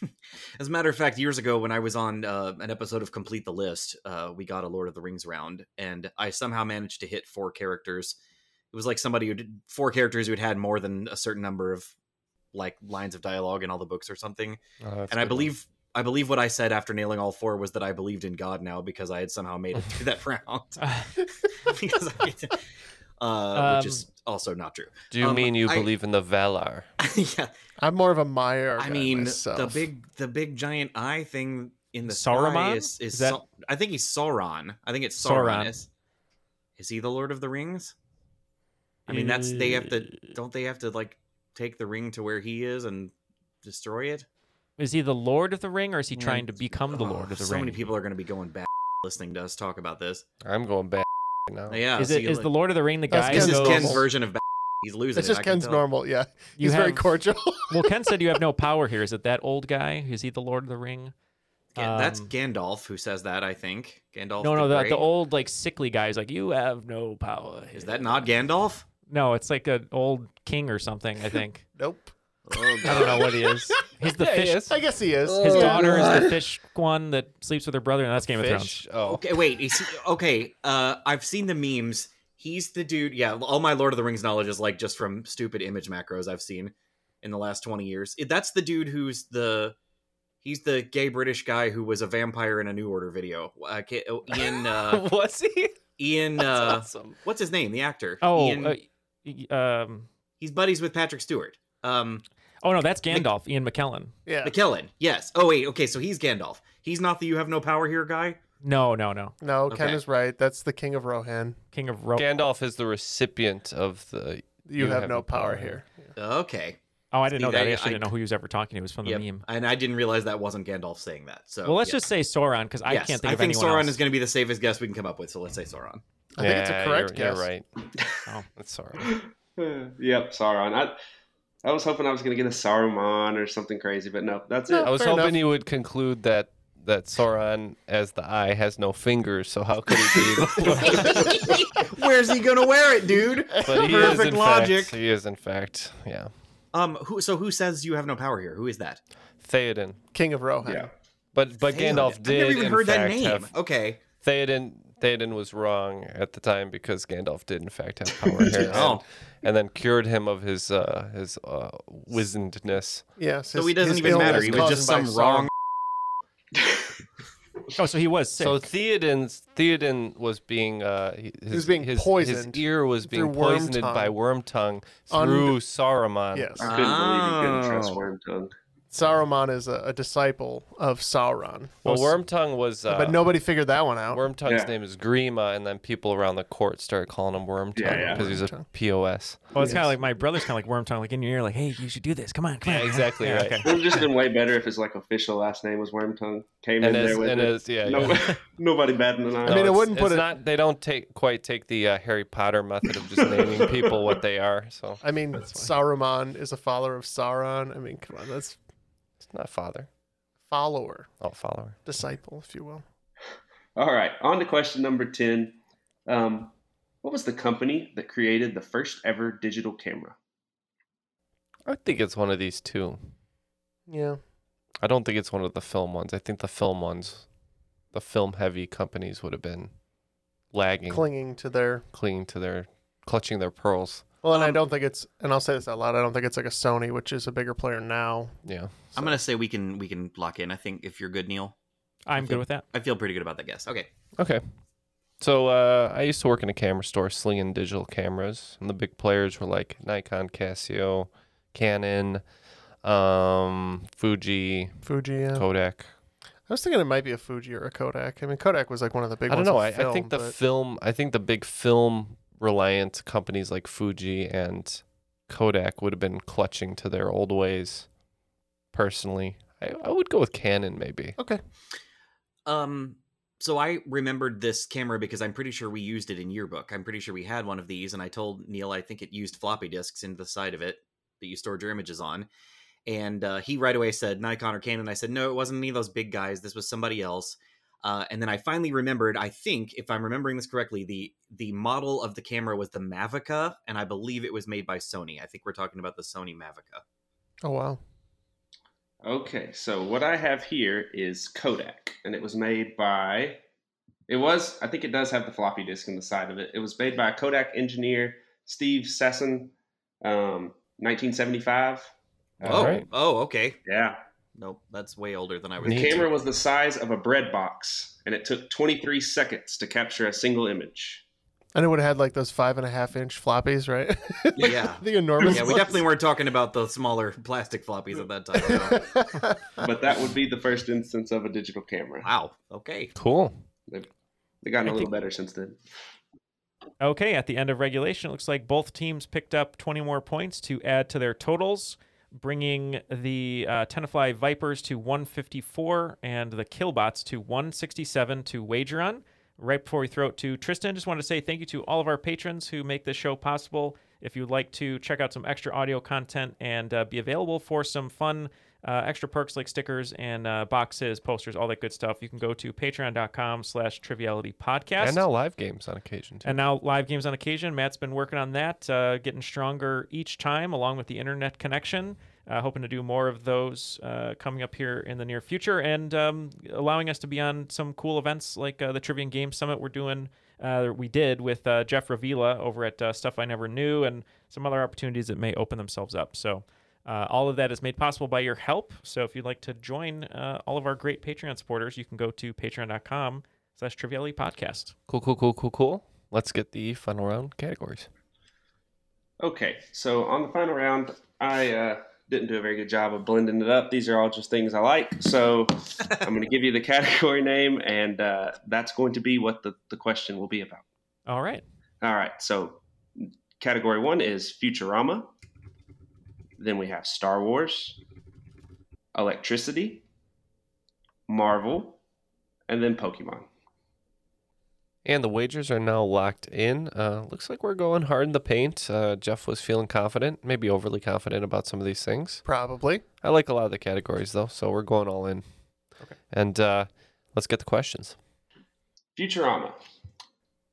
Speaker 4: As a matter of fact, years ago when I was on uh, an episode of Complete the List, uh, we got a Lord of the Rings round, and I somehow managed to hit four characters. It was like somebody who did four characters who had had more than a certain number of like lines of dialogue in all the books or something.
Speaker 1: Oh,
Speaker 4: and I believe I believe what I said after nailing all four was that I believed in God now because I had somehow made it through that round. because I, uh, which
Speaker 3: Um,
Speaker 4: is also not true.
Speaker 2: Do you
Speaker 4: um,
Speaker 2: mean you
Speaker 4: I-
Speaker 2: believe in the Valar?
Speaker 4: yeah,
Speaker 1: I'm more of a Meyer.
Speaker 4: I
Speaker 1: guy
Speaker 4: mean
Speaker 1: myself.
Speaker 4: the big the big giant eye thing in the sky
Speaker 3: Saruman?
Speaker 4: is, is,
Speaker 3: Is that-
Speaker 4: Sau- I think he's Sauron. I think it's Sauron.
Speaker 3: Sauron.
Speaker 4: Is is he the Lord of the Rings? I mean, that's they have to
Speaker 3: Mm.
Speaker 4: don't they have to like take the ring to where he is and destroy it?
Speaker 3: Is he the Lord of the Ring, or is he
Speaker 4: Yeah.
Speaker 3: trying to become the
Speaker 4: Oh,
Speaker 3: Lord of the
Speaker 4: so
Speaker 3: Ring?
Speaker 4: many people are going to be going back listening to us talk about this.
Speaker 2: I'm going back now.
Speaker 4: Yeah,
Speaker 3: is
Speaker 4: so
Speaker 3: it
Speaker 4: you
Speaker 3: is
Speaker 4: like-
Speaker 3: the Lord of the Ring the
Speaker 1: That's
Speaker 3: guy?
Speaker 1: Ken
Speaker 4: this
Speaker 3: who
Speaker 1: Ken's
Speaker 4: is
Speaker 3: goes-
Speaker 4: Ken's
Speaker 1: Noble.
Speaker 4: version of He's losing.
Speaker 1: It's
Speaker 4: it,
Speaker 1: just
Speaker 4: I can
Speaker 1: Ken's
Speaker 4: tell.
Speaker 1: normal. Yeah, he's very cordial.
Speaker 3: well, Ken said you have no power here. Is it that old guy? Is he the Lord of the Ring?
Speaker 4: Yeah, that's
Speaker 3: Um,
Speaker 4: Gandalf who says that. I think Gandalf.
Speaker 3: no, no, the,
Speaker 4: Grey.
Speaker 3: the old like sickly guy is like you have no power. Is
Speaker 4: that not Gandalf?
Speaker 3: No, it's like an old king or something. I think.
Speaker 1: Nope.
Speaker 4: Oh,
Speaker 3: I don't know what he is. He's the
Speaker 1: Yeah, he
Speaker 3: fish.
Speaker 1: is. I guess he is.
Speaker 3: His
Speaker 1: Oh,
Speaker 3: daughter is the
Speaker 1: God.
Speaker 3: fish one that sleeps with her brother, and that's Game of
Speaker 1: Oh.
Speaker 3: Thrones.
Speaker 4: Okay, wait. Is he- okay, uh, I've seen the memes. He's the dude. Yeah, all my Lord of the Rings knowledge is like just from stupid image macros I've seen in the last twenty years. It- That's the dude who's the he's the gay British guy who was a vampire in a New Order video. I can't, oh, Ian uh,
Speaker 2: was he?
Speaker 4: Ian,
Speaker 2: That's
Speaker 4: uh,
Speaker 2: awesome.
Speaker 4: what's his name? The actor.
Speaker 3: Oh,
Speaker 4: Ian,
Speaker 3: uh, y- um,
Speaker 4: he's buddies with Patrick Stewart. Um,
Speaker 3: oh no, that's Gandalf. Ian McKellen.
Speaker 1: Yeah.
Speaker 4: McKellen. Yes. Oh wait. Okay, so he's Gandalf. He's not the you have no power here guy.
Speaker 3: No, no, no.
Speaker 1: No, Ken
Speaker 4: Okay.
Speaker 1: is right. That's the King of Rohan.
Speaker 3: King of Rohan.
Speaker 2: Gandalf is the recipient of the.
Speaker 1: You have no power here.
Speaker 4: Okay.
Speaker 3: Oh, I didn't know
Speaker 4: See,
Speaker 3: that.
Speaker 4: I-
Speaker 3: I actually
Speaker 4: I-
Speaker 3: didn't know who he was ever talking to. It was from the
Speaker 4: Yep,
Speaker 3: meme.
Speaker 4: And I didn't realize that wasn't Gandalf saying that. So
Speaker 3: Well, let's
Speaker 4: yeah.
Speaker 3: just say Sauron because I
Speaker 4: Yes,
Speaker 3: can't think
Speaker 4: I
Speaker 3: of
Speaker 4: think
Speaker 3: anyone
Speaker 4: Sauron
Speaker 3: else.
Speaker 4: is going to be the safest guess we can come up with. So let's say Sauron.
Speaker 1: I think it's a correct
Speaker 2: you're,
Speaker 1: guess.
Speaker 2: You're right.
Speaker 3: Oh,
Speaker 2: that's Sauron.
Speaker 5: Yep, Sauron. I I was hoping I was going to get a Saruman or something crazy, but no, that's it.
Speaker 2: I was hoping you would conclude that that Sauron, as the eye, has no fingers. So how could he be?
Speaker 4: Where's he going to wear it, dude?
Speaker 2: but he is
Speaker 4: Perfect
Speaker 2: in
Speaker 4: logic.
Speaker 2: Fact, he is in fact. Yeah.
Speaker 4: Um, who? So who says you have no power here? Who is that?
Speaker 2: Theoden.
Speaker 1: King of Rohan.
Speaker 2: Yeah. But but
Speaker 4: Theoden.
Speaker 2: Gandalf
Speaker 4: I've
Speaker 2: did.
Speaker 4: never even
Speaker 2: in
Speaker 4: heard that
Speaker 2: fact,
Speaker 4: name.
Speaker 2: have-
Speaker 4: Okay.
Speaker 2: Theoden Theoden was wrong at the time because Gandalf did in fact have power here, and,
Speaker 4: Oh.
Speaker 2: and then cured him of his uh, his uh, wizenedness.
Speaker 1: Yes.
Speaker 4: So he doesn't even matter. He was just some wrong.
Speaker 3: Oh, so he was sick.
Speaker 2: So Theoden's Theoden was being uh, his,
Speaker 1: He was being
Speaker 2: his,
Speaker 1: poisoned
Speaker 2: His ear was
Speaker 1: through
Speaker 2: being
Speaker 1: worm
Speaker 2: poisoned
Speaker 1: tongue.
Speaker 2: by worm tongue
Speaker 1: Und-
Speaker 2: through Saruman.
Speaker 1: Yes.
Speaker 5: I couldn't believe you couldn't trust
Speaker 1: Oh.
Speaker 5: Worm Tongue.
Speaker 1: Saruman is a, a disciple of Sauron.
Speaker 2: Well, worm tongue was. Uh,
Speaker 1: but nobody figured that one out.
Speaker 2: Worm tongue's
Speaker 1: Yeah.
Speaker 2: name is Grima, and then people around the court started calling him Worm
Speaker 1: Yeah,
Speaker 2: tongue
Speaker 1: yeah.
Speaker 2: because he's a pos.
Speaker 3: Oh, it's kind of like my brother's kind of like worm tongue, like in your ear, like, "Hey, you should do this. Come on, come
Speaker 2: Yeah,
Speaker 3: on."
Speaker 2: exactly
Speaker 3: Yeah,
Speaker 2: right.
Speaker 3: okay.
Speaker 5: It would have just been way better if his like official last name was Worm Tongue. Came
Speaker 2: And
Speaker 5: in
Speaker 2: as-
Speaker 5: there with
Speaker 2: and
Speaker 5: it.
Speaker 2: as- yeah,
Speaker 5: No-
Speaker 2: yeah.
Speaker 5: nobody batting
Speaker 1: Uh,
Speaker 5: an eye.
Speaker 2: No, it's- it's not. They don't take quite take the uh, Harry Potter method of just naming people what they are. So
Speaker 1: I mean, Saruman is a follower of Sauron. I mean, come on, that's
Speaker 2: it's not father,
Speaker 1: follower,
Speaker 2: oh follower.
Speaker 1: disciple, if you will.
Speaker 5: All right, on to question number 10. Um, what was the company that created the first ever digital camera?
Speaker 2: I think it's one of these two.
Speaker 1: Yeah.
Speaker 2: I don't think it's one of the film ones. I think the film ones, the film heavy companies would have been lagging,
Speaker 1: Clinging to their.
Speaker 2: clinging to their, clutching their pearls.
Speaker 1: Well, and I don't think it's, and I'll say this out loud. I don't think it's like a Sony, which is a bigger player now.
Speaker 2: Yeah.
Speaker 4: I'm going to say we can we can lock in. I think if you're good, Neil.
Speaker 3: I'm
Speaker 4: I
Speaker 3: good
Speaker 4: feel-
Speaker 3: with that.
Speaker 4: I feel pretty good about that guess. Okay.
Speaker 2: Okay. So uh, I used to work in a camera store slinging digital cameras, and the big players were like Nikon, Casio, Canon, um, Fuji,
Speaker 1: Fuji, yeah.
Speaker 2: Kodak.
Speaker 1: I was thinking it might be a Fuji or a Kodak. I mean, Kodak was like one of the big
Speaker 2: I don't
Speaker 1: ones.
Speaker 2: know.
Speaker 1: with
Speaker 2: Oh, I, I
Speaker 1: film,
Speaker 2: think the
Speaker 1: but-
Speaker 2: film. I think the big film reliant companies like Fuji and Kodak would have been clutching to their old ways. Personally, I, I would go with Canon maybe.
Speaker 1: Okay.
Speaker 4: Um, so I remembered this camera because I'm pretty sure we used it in yearbook. I'm pretty sure we had one of these, and I told Neil I think it used floppy disks into the side of it that you stored your images on. And uh, he right away said Nikon or Canon. I said no, it wasn't any of those big guys. This was somebody else. Uh, and then I finally remembered. I think, if I'm remembering this correctly, the the model of the camera was the Mavica, and I believe it was made by Sony. I think we're talking about the Sony Mavica.
Speaker 1: Oh wow.
Speaker 5: Okay, so what I have here is Kodak, and it was made by. It was, I think it does have the floppy disk in the side of it. It was made by Kodak engineer Steve Sasson, um, 1975.
Speaker 4: oh, oh, okay.
Speaker 5: Yeah.
Speaker 4: Nope, that's way older than I was.
Speaker 5: The camera was the size of a bread box, and it took 23 seconds to capture a single image.
Speaker 1: And it would have had like those five and a half inch floppies, right? Like,
Speaker 4: yeah,
Speaker 1: The enormous.
Speaker 4: Yeah, we
Speaker 1: ones.
Speaker 4: definitely weren't talking about the smaller plastic floppies at that time. no.
Speaker 5: But that would be the first instance of a digital camera.
Speaker 4: Wow. Okay.
Speaker 2: Cool.
Speaker 5: They've, they've gotten
Speaker 3: I
Speaker 5: a little
Speaker 3: think-
Speaker 5: better since then.
Speaker 3: Okay, at the end of regulation, it looks like both teams picked up 20 more points to add to their totals, bringing the uh, Tenafly Vipers to 154 and the Killbots to 167 to wager on. right before we throw it to Tristan, just wanted to say thank you to all of our patrons who make this show possible. If you'd like to check out some extra audio content and uh, be available for some fun uh, extra perks like stickers and uh, boxes, posters, all that good stuff, you can go to patreon.com slash triviality podcast.
Speaker 2: And now live games on occasion. Too.
Speaker 3: And now live games on occasion. Matt's been working on that, uh, getting stronger each time, along with the internet connection. Uh, hoping to do more of those uh, coming up here in the near future, and um, allowing us to be on some cool events like uh, the Trivia and Game Summit we're doing. Uh, we did with uh, Jeff Ravila over at uh, Stuff I Never Knew, and some other opportunities that may open themselves up. So. Uh, all of that is made possible by your help. So if you'd like to join uh, all of our great Patreon supporters, you can go to patreon.com slash triviality podcast.
Speaker 2: Cool, cool, cool, cool, cool. Let's get the final round categories.
Speaker 5: Okay, so on the final round, I uh, didn't do a very good job of blending it up. These are all just things I like. So I'm going to give you the category name, and uh, that's going to be what the, the question will be about.
Speaker 3: All right.
Speaker 5: All right, so category one is Futurama. Then we have Star Wars, Electricity, Marvel, and then Pokemon.
Speaker 2: And the wagers are now locked in. Uh, looks like we're going hard in the paint. Uh, Jeff was feeling confident, maybe overly confident about some of these things.
Speaker 1: Probably.
Speaker 2: I like a lot of the categories, though, so we're going all in. Okay. And uh, let's get the questions.
Speaker 5: Futurama.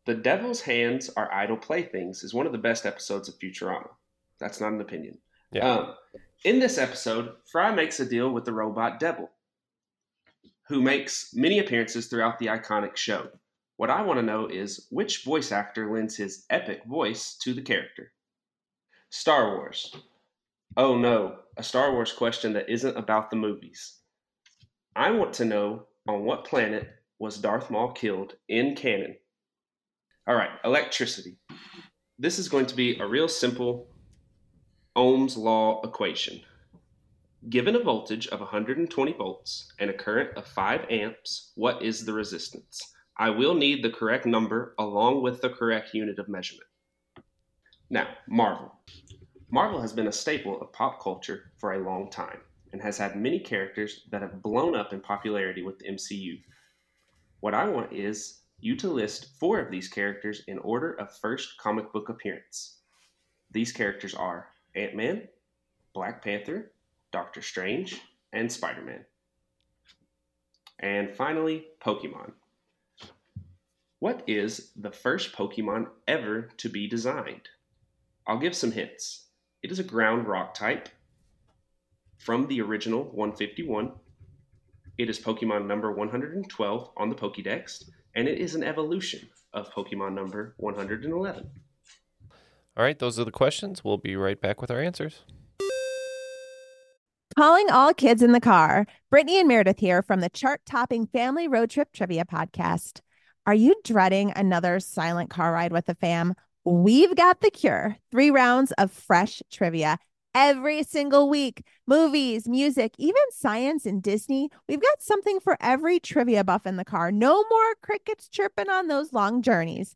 Speaker 5: The Devil's Hands Are Idle Playthings is one of the best episodes of Futurama. That's not an opinion.
Speaker 2: Yeah.
Speaker 5: Um, in this episode, Fry makes a deal with the robot Devil, who makes many appearances throughout the iconic show. What I want to know is which voice actor lends his epic voice to the character? Star Wars. Oh no, a Star Wars question that isn't about the movies. I want to know on what planet was Darth Maul killed in canon? All right, electricity. This is going to be a real simple Ohm's law equation. Given a voltage of 120 volts and a current of 5 amps, what is the resistance? I will need the correct number along with the correct unit of measurement. Now, Marvel. Marvel has been a staple of pop culture for a long time and has had many characters that have blown up in popularity with the MCU. What I want is you to list four of these characters in order of first comic book appearance. These characters are Ant Man, Black Panther, Doctor Strange, and Spider Man. And finally, Pokemon. What is the first Pokemon ever to be designed? I'll give some hints. It is a ground rock type from the original 151. It is Pokemon number 112 on the Pokedex, and it is an evolution of Pokemon number 111.
Speaker 2: All right, those are the questions. We'll be right back with our answers.
Speaker 6: Calling all kids in the car. Brittany and Meredith here from the chart topping Family Road Trip Trivia Podcast. Are you dreading another silent car ride with the fam? We've got the cure three rounds of fresh trivia every single week movies, music, even science and Disney. We've got something for every trivia buff in the car. No more crickets chirping on those long journeys.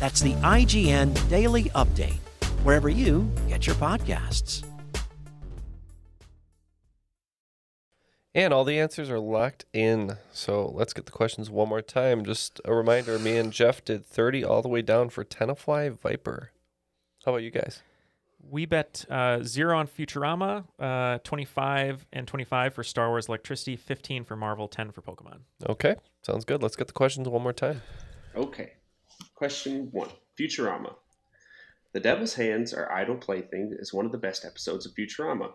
Speaker 8: That's the IGN Daily Update wherever you get your podcasts.
Speaker 2: And all the answers are locked in. So let's get the questions one more time. Just a reminder me and Jeff did 30 all the way down for Tenafly Viper. How about you guys?
Speaker 3: We bet uh, zero on Futurama, uh, 25 and 25 for Star Wars Electricity, 15 for Marvel, 10 for Pokemon.
Speaker 2: Okay, sounds good. Let's get the questions one more time.
Speaker 5: Okay. Question one Futurama. The Devil's Hands Are Idle Plaything is one of the best episodes of Futurama.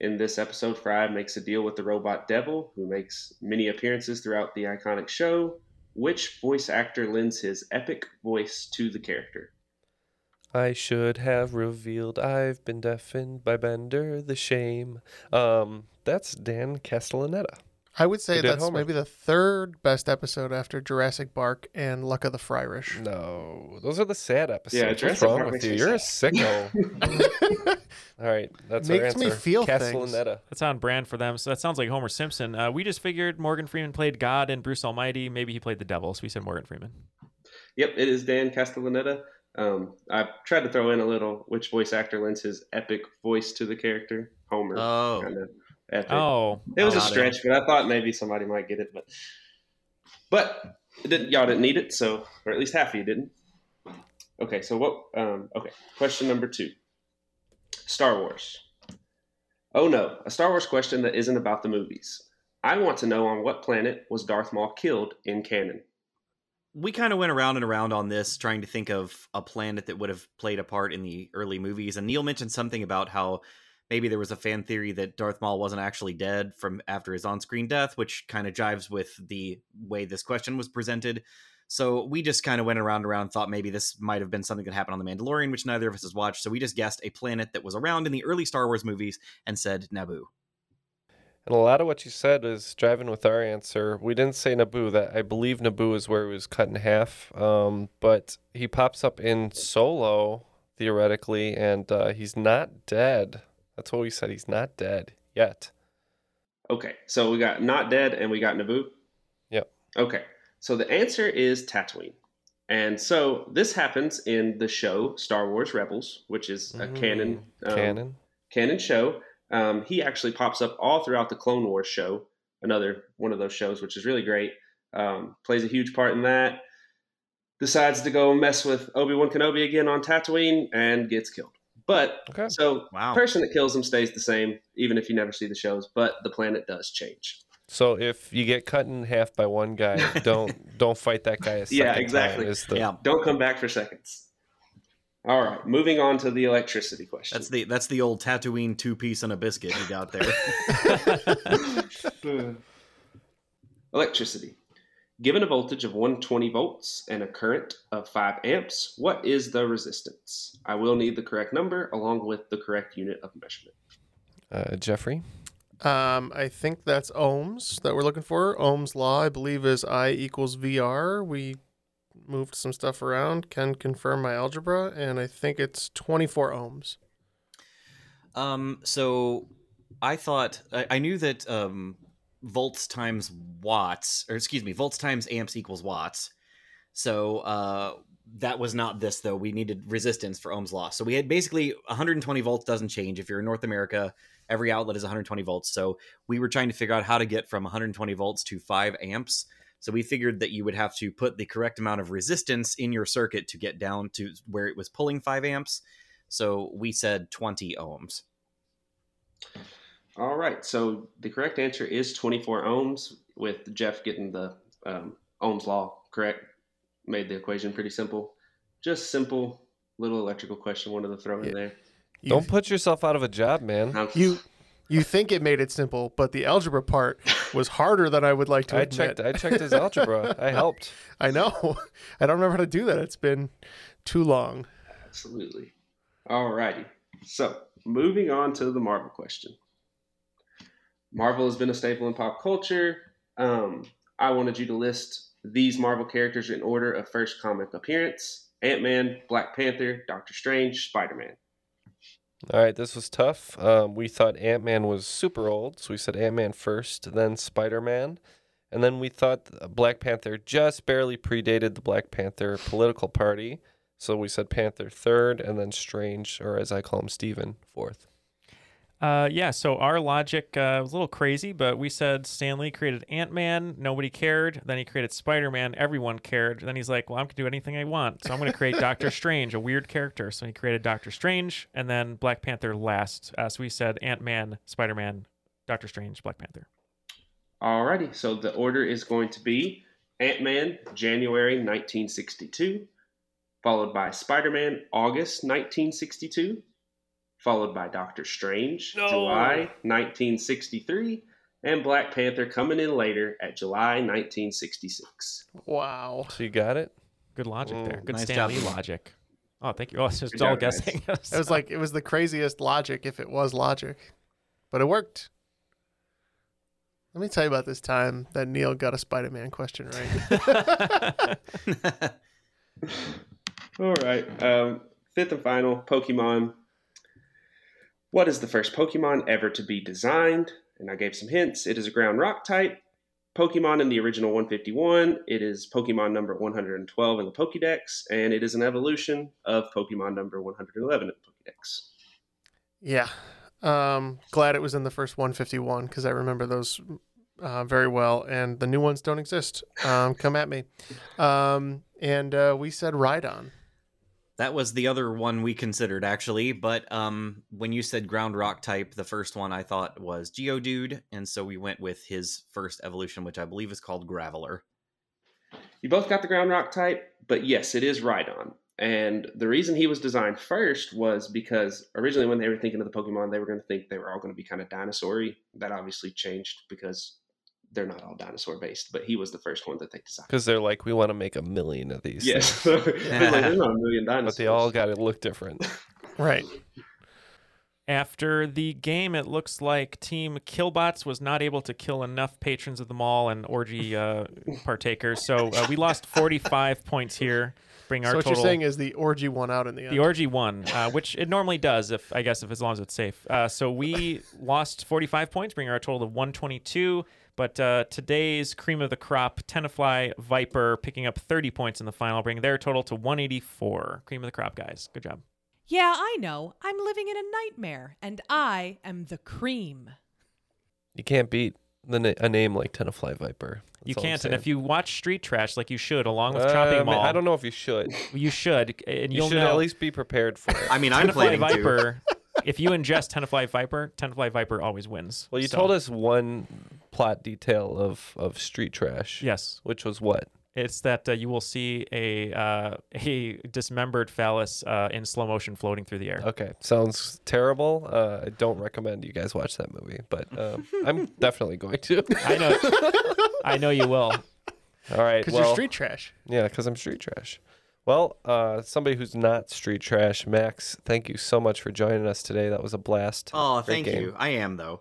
Speaker 5: In this episode, Fry makes a deal with the robot Devil, who makes many appearances throughout the iconic show. Which voice actor lends his epic voice to the character?
Speaker 2: I should have revealed I've been deafened by Bender the shame. Um, that's Dan Castellaneta.
Speaker 1: I would say
Speaker 2: Who did
Speaker 1: that's
Speaker 2: Homer.
Speaker 1: maybe the third best episode after Jurassic Bark and Luck of the Fryrish.
Speaker 2: No, those are the sad episodes.
Speaker 1: Yeah,
Speaker 2: What's
Speaker 1: Jurassic
Speaker 2: wrong
Speaker 1: Park
Speaker 2: with
Speaker 1: makes
Speaker 2: you?
Speaker 1: me
Speaker 2: You're
Speaker 1: sad.
Speaker 2: a sicko. All right, that's our
Speaker 1: Makes
Speaker 2: answer.
Speaker 1: me feel
Speaker 2: Castellaneta.
Speaker 3: That's on brand for them. So that sounds like Homer Simpson. Uh, we just figured Morgan Freeman played God and Bruce Almighty. Maybe he played the devil. So we said Morgan Freeman.
Speaker 5: Yep, it is Dan Castellaneta. Um, I tried to throw in a little which voice actor lends his epic voice to the character Homer.
Speaker 4: Oh.
Speaker 5: Kind of epic.
Speaker 3: Oh.
Speaker 5: it was a
Speaker 3: Got it.
Speaker 5: stretch, but I thought maybe somebody might get it. But but it didn't, y'all didn't need it, so or at least half of you didn't. Okay, so what? Um, okay, question number two. Star Wars. Oh no, a Star Wars question that isn't about the movies. I want to know on what planet was Darth Maul killed in canon.
Speaker 4: we kind of went around and around on this trying to think of a planet that would have played a part in the early movies and neil mentioned something about how maybe there was a fan theory that darth maul wasn't actually dead from after his on-screen death which kind of jives with the way this question was presented so we just kind of went around and around and thought maybe this might have been something that happened on the mandalorian which neither of us has watched so we just guessed a planet that was around in the early star wars movies and said naboo
Speaker 2: And a lot of what you said is driving with our answer. We didn't say Naboo. That I believe Naboo is where he was cut in half. Um, but he pops up in Solo theoretically, and uh, he's not dead. That's what we said. He's not dead yet.
Speaker 5: Okay, so we got not dead and we got Naboo.
Speaker 2: Yep.
Speaker 5: Okay, so the answer is Tatooine, and so this happens in the show Star Wars Rebels, which is a canon um,
Speaker 2: Mm-hmm. Canon.
Speaker 5: canon show. Um, he actually pops up all throughout the Clone Wars show, another one of those shows, which is really great. Um, plays a huge part in that. Decides to go mess with Obi Wan Kenobi again on Tatooine and gets killed. But so the person that kills him stays the same, even if you never see the shows. But the planet does change.
Speaker 2: So if you get cut in half by one guy, don't don't fight that guy. A second
Speaker 5: yeah, exactly.
Speaker 2: Time is the,
Speaker 5: Don't come back for seconds. All right, moving on to the electricity question.
Speaker 4: that's the that's the old tatooine two piece and a biscuit you got there
Speaker 5: Electricity. Given a voltage of 120 volts and a current of 5 amps, what is the resistance? I will need the correct number along with the correct unit of measurement.
Speaker 2: Uh, Jeffrey.
Speaker 1: Um, I think that's ohms that we're looking for. Ohm's law, I believe, is I equals VR. We moved some stuff around. Can confirm my algebra, and I think it's 24 ohms.
Speaker 4: Um, so I thought I, I knew that um, volts times watts, or excuse me, volts times amps equals watts. So uh, that was not this though. We needed resistance for Ohm's law. So we had basically 120 volts doesn't change. If you're in North America, every outlet is 120 volts. So we were trying to figure out how to get from 120 volts to five amps. So we figured that you would have to put the correct amount of resistance in your circuit to get down to where it was pulling five amps. So we said 20 ohms.
Speaker 5: All right, so the correct answer is 24 ohms, with Jeff getting the um, Ohm's law correct. Made the equation pretty simple. Just simple little electrical question wanted to throw in there.
Speaker 2: Don't put yourself out of a job, man.
Speaker 1: You you think it made it simple, but the algebra part was harder than I would like to
Speaker 2: I
Speaker 1: admit.
Speaker 2: checked- I checked his algebra. I helped.
Speaker 1: I know. I don't remember how to do that. It's been too long.
Speaker 5: Absolutely. All righty. So, moving on to the Marvel question. Marvel has been a staple in pop culture. Um, I wanted you to list these Marvel characters in order of first comic appearance Ant Man, Black Panther, Doctor Strange, Spider Man.
Speaker 2: All right, this was tough. Um, we thought Ant Man was super old, so we said Ant Man first, then Spider Man, and then we thought Black Panther just barely predated the Black Panther political party, so we said Panther third, and then Strange, or as I call him, Steven, fourth.
Speaker 3: Uh, yeah, so our logic uh, was a little crazy, but we said Stan Lee created Ant Man, nobody cared. Then he created Spider Man, everyone cared. Then he's like, well, I'm going to do anything I want. So I'm going to create Doctor Strange, a weird character. So he created Doctor Strange, and then Black Panther last. Uh, so we said Ant Man, Spider Man, Doctor Strange, Black Panther.
Speaker 5: Alrighty, so the order is going to be Ant Man, January 1962, followed by Spider Man, August 1962, followed by Doctor Strange,
Speaker 2: No.
Speaker 5: July 1963, and Black Panther coming in later at July 1966.
Speaker 1: Wow.
Speaker 2: So you got it. Mm,
Speaker 3: Good logic there. Good
Speaker 1: Nice
Speaker 3: Stan
Speaker 1: job.
Speaker 3: Lee logic. Oh, thank you. Oh, it's just
Speaker 1: Good
Speaker 3: all
Speaker 1: job, guys.
Speaker 3: guessing.
Speaker 1: it was like it was the craziest logic if it was logic, but it worked. Let me tell you about this time that Neil got a Spider-Man question right.
Speaker 5: All right. Um, fifth and final Pokemon. What is the first Pokemon ever to be designed? And I gave some hints. It is a ground rock type. Pokemon in the original 151. It is Pokemon number 112 in the Pokedex, and it is an evolution of Pokemon number 111 in the Pokedex.
Speaker 1: yeah, um, glad it was in the first 151 because I remember those uh, very well, and the new ones don't exist. Um, come at me, um, and uh, we said Rhydon.
Speaker 4: That was the other one we considered actually, but um, when you said ground rock type, the first one I thought was Geodude, and so we went with his first evolution, which I believe is called Graveler.
Speaker 5: You both got the ground rock type, but yes, it is Rhydon. And the reason he was designed first was because originally, when they were thinking of the Pokemon, they were going to think they were all going to be kind of dinosaur y. That obviously changed because they're not all dinosaur based, but he was the first one that they designed.
Speaker 2: Because they're like, we want to make a million of these.
Speaker 5: Yes.
Speaker 2: things.
Speaker 5: They're like, "There's not a million
Speaker 2: But they all got to look different.
Speaker 1: Right.
Speaker 3: After the game, it looks like Team Killbots was not able to kill enough patrons of the mall and orgy uh, partakers, so uh, we lost 45 points here. Bring our
Speaker 1: so what
Speaker 3: total.
Speaker 1: you're saying is the orgy won out in the end.
Speaker 3: the orgy won, uh, which it normally does, if I guess, if as long as it's safe. Uh, so we lost 45 points, bringing our total to 122. But uh, today's cream of the crop, Tenafly Viper, picking up 30 points in the final, bringing their total to 184. Cream of the crop, guys. Good job.
Speaker 9: Yeah, I know. I'm living in a nightmare, and I am the cream.
Speaker 2: You can't beat the na- a name like Tenafly Viper.
Speaker 3: You can't, and if you watch Street Trash like you should, along with
Speaker 2: Uh, I
Speaker 3: Chopping
Speaker 2: mean,
Speaker 3: Mall,
Speaker 2: I don't know if you should.
Speaker 3: You should, and
Speaker 2: You
Speaker 3: you'll
Speaker 2: should
Speaker 3: know.
Speaker 2: at least be prepared for it.
Speaker 4: I mean, I'm
Speaker 3: Tenafly
Speaker 4: planning to.
Speaker 3: Viper. if you ingest Tenafly Viper, Tenafly Viper always wins.
Speaker 2: Well, you told us one plot detail of, of Street Trash.
Speaker 3: Yes.
Speaker 2: Which was what?
Speaker 3: It's that uh, you will see a uh, a dismembered phallus uh, in slow motion floating through the air.
Speaker 2: Okay. Sounds terrible. Uh, I don't recommend you guys watch that movie, but um, I'm definitely going to.
Speaker 3: I know. I know you will.
Speaker 2: All right.
Speaker 1: 'Cause you're
Speaker 2: well-
Speaker 1: street trash.
Speaker 2: Yeah, because I'm street trash. Well, uh, somebody who's not street trash, Max, thank you so much for joining us today. That was a blast.
Speaker 4: Oh,
Speaker 2: Great
Speaker 4: thank
Speaker 2: game.
Speaker 4: you. I am though.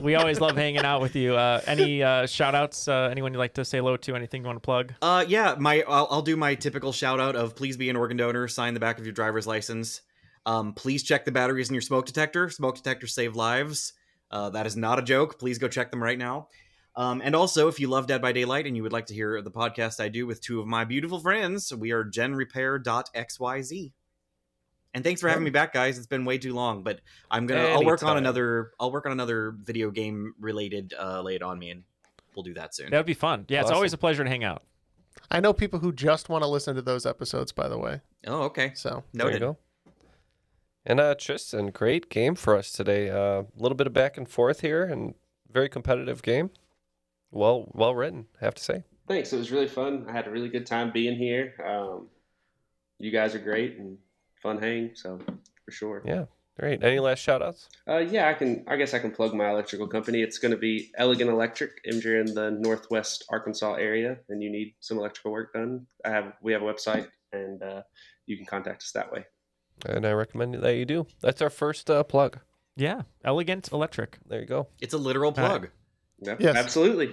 Speaker 3: We always love hanging out with you. Uh, any uh, shout outs? Uh, anyone you'd like to say hello to? Anything you want to plug?
Speaker 4: Uh, yeah, my I'll, I'll do my typical shout out of please be an organ donor, sign the back of your driver's license. Um, please check the batteries in your smoke detector. Smoke detectors save lives. Uh, that is not a joke. Please go check them right now. Um, and also, if you love Dead by Daylight and you would like to hear the podcast I do with two of my beautiful friends, we are genrepair.xyz. And thanks for having me back, guys. It's been way too long, but I'm gonna I'll work on
Speaker 2: Anytime.
Speaker 4: another I'll work on another video game related uh, laid on me, and we'll do that soon.
Speaker 3: That would be fun. Yeah, it's always a pleasure to hang out.
Speaker 1: I know people who just want to listen to those episodes. By the way.
Speaker 4: Oh, okay.
Speaker 1: So
Speaker 2: There you
Speaker 4: noted.
Speaker 2: go. And uh, Tristan, great game for us today. Uh, A little bit of back and forth here, and very competitive game. Well, well written, I have to say.
Speaker 5: Thanks. It was really fun. I had a really good time being here. Um, you guys are great and fun hang, so for sure.
Speaker 2: Yeah, great. Any last shout outs?
Speaker 5: Uh, yeah, I can. I guess I can plug my electrical company. It's going to be Elegant Electric. If you're in the Northwest Arkansas area and you need some electrical work done, I have. We have a website, and uh, you can contact us that way.
Speaker 2: And I recommend that you do. That's our first uh, plug.
Speaker 3: Yeah, Elegant Electric.
Speaker 2: There you go.
Speaker 4: It's a literal
Speaker 3: right.
Speaker 4: plug.
Speaker 5: Yep,
Speaker 3: Yes.
Speaker 5: Absolutely.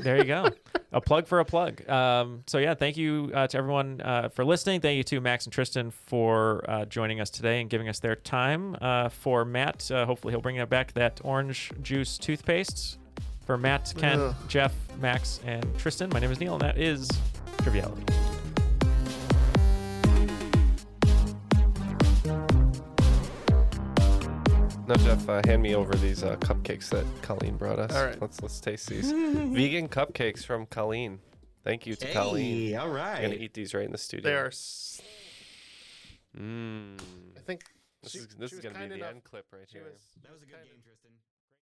Speaker 3: there you go. A plug for a plug. Um, so yeah, thank you uh, to everyone uh, for listening. Thank you to Max and Tristan for uh, joining us today and giving us their time. Uh, for Matt, uh, hopefully he'll bring back that orange juice toothpaste. For Matt, Ken,
Speaker 1: Ugh.
Speaker 3: Jeff, Max, and Tristan, my name is Neil, and that is Triviality.
Speaker 2: Now, Jeff, uh, hand me over these uh, cupcakes that Colleen brought us.
Speaker 4: All right.
Speaker 2: Let's let's taste these vegan cupcakes from Colleen. Thank you to Colleen.
Speaker 4: Hey, all
Speaker 2: I'm gonna
Speaker 4: right.
Speaker 2: eat these right in the studio.
Speaker 1: They are. s-
Speaker 2: Mm.
Speaker 1: I think
Speaker 2: This
Speaker 1: she-
Speaker 2: is this
Speaker 1: she
Speaker 2: is
Speaker 1: was
Speaker 2: gonna
Speaker 1: kind
Speaker 2: be the
Speaker 1: enough-
Speaker 2: end clip right
Speaker 1: she
Speaker 2: here.
Speaker 1: was-
Speaker 4: That was a good game, Tristan.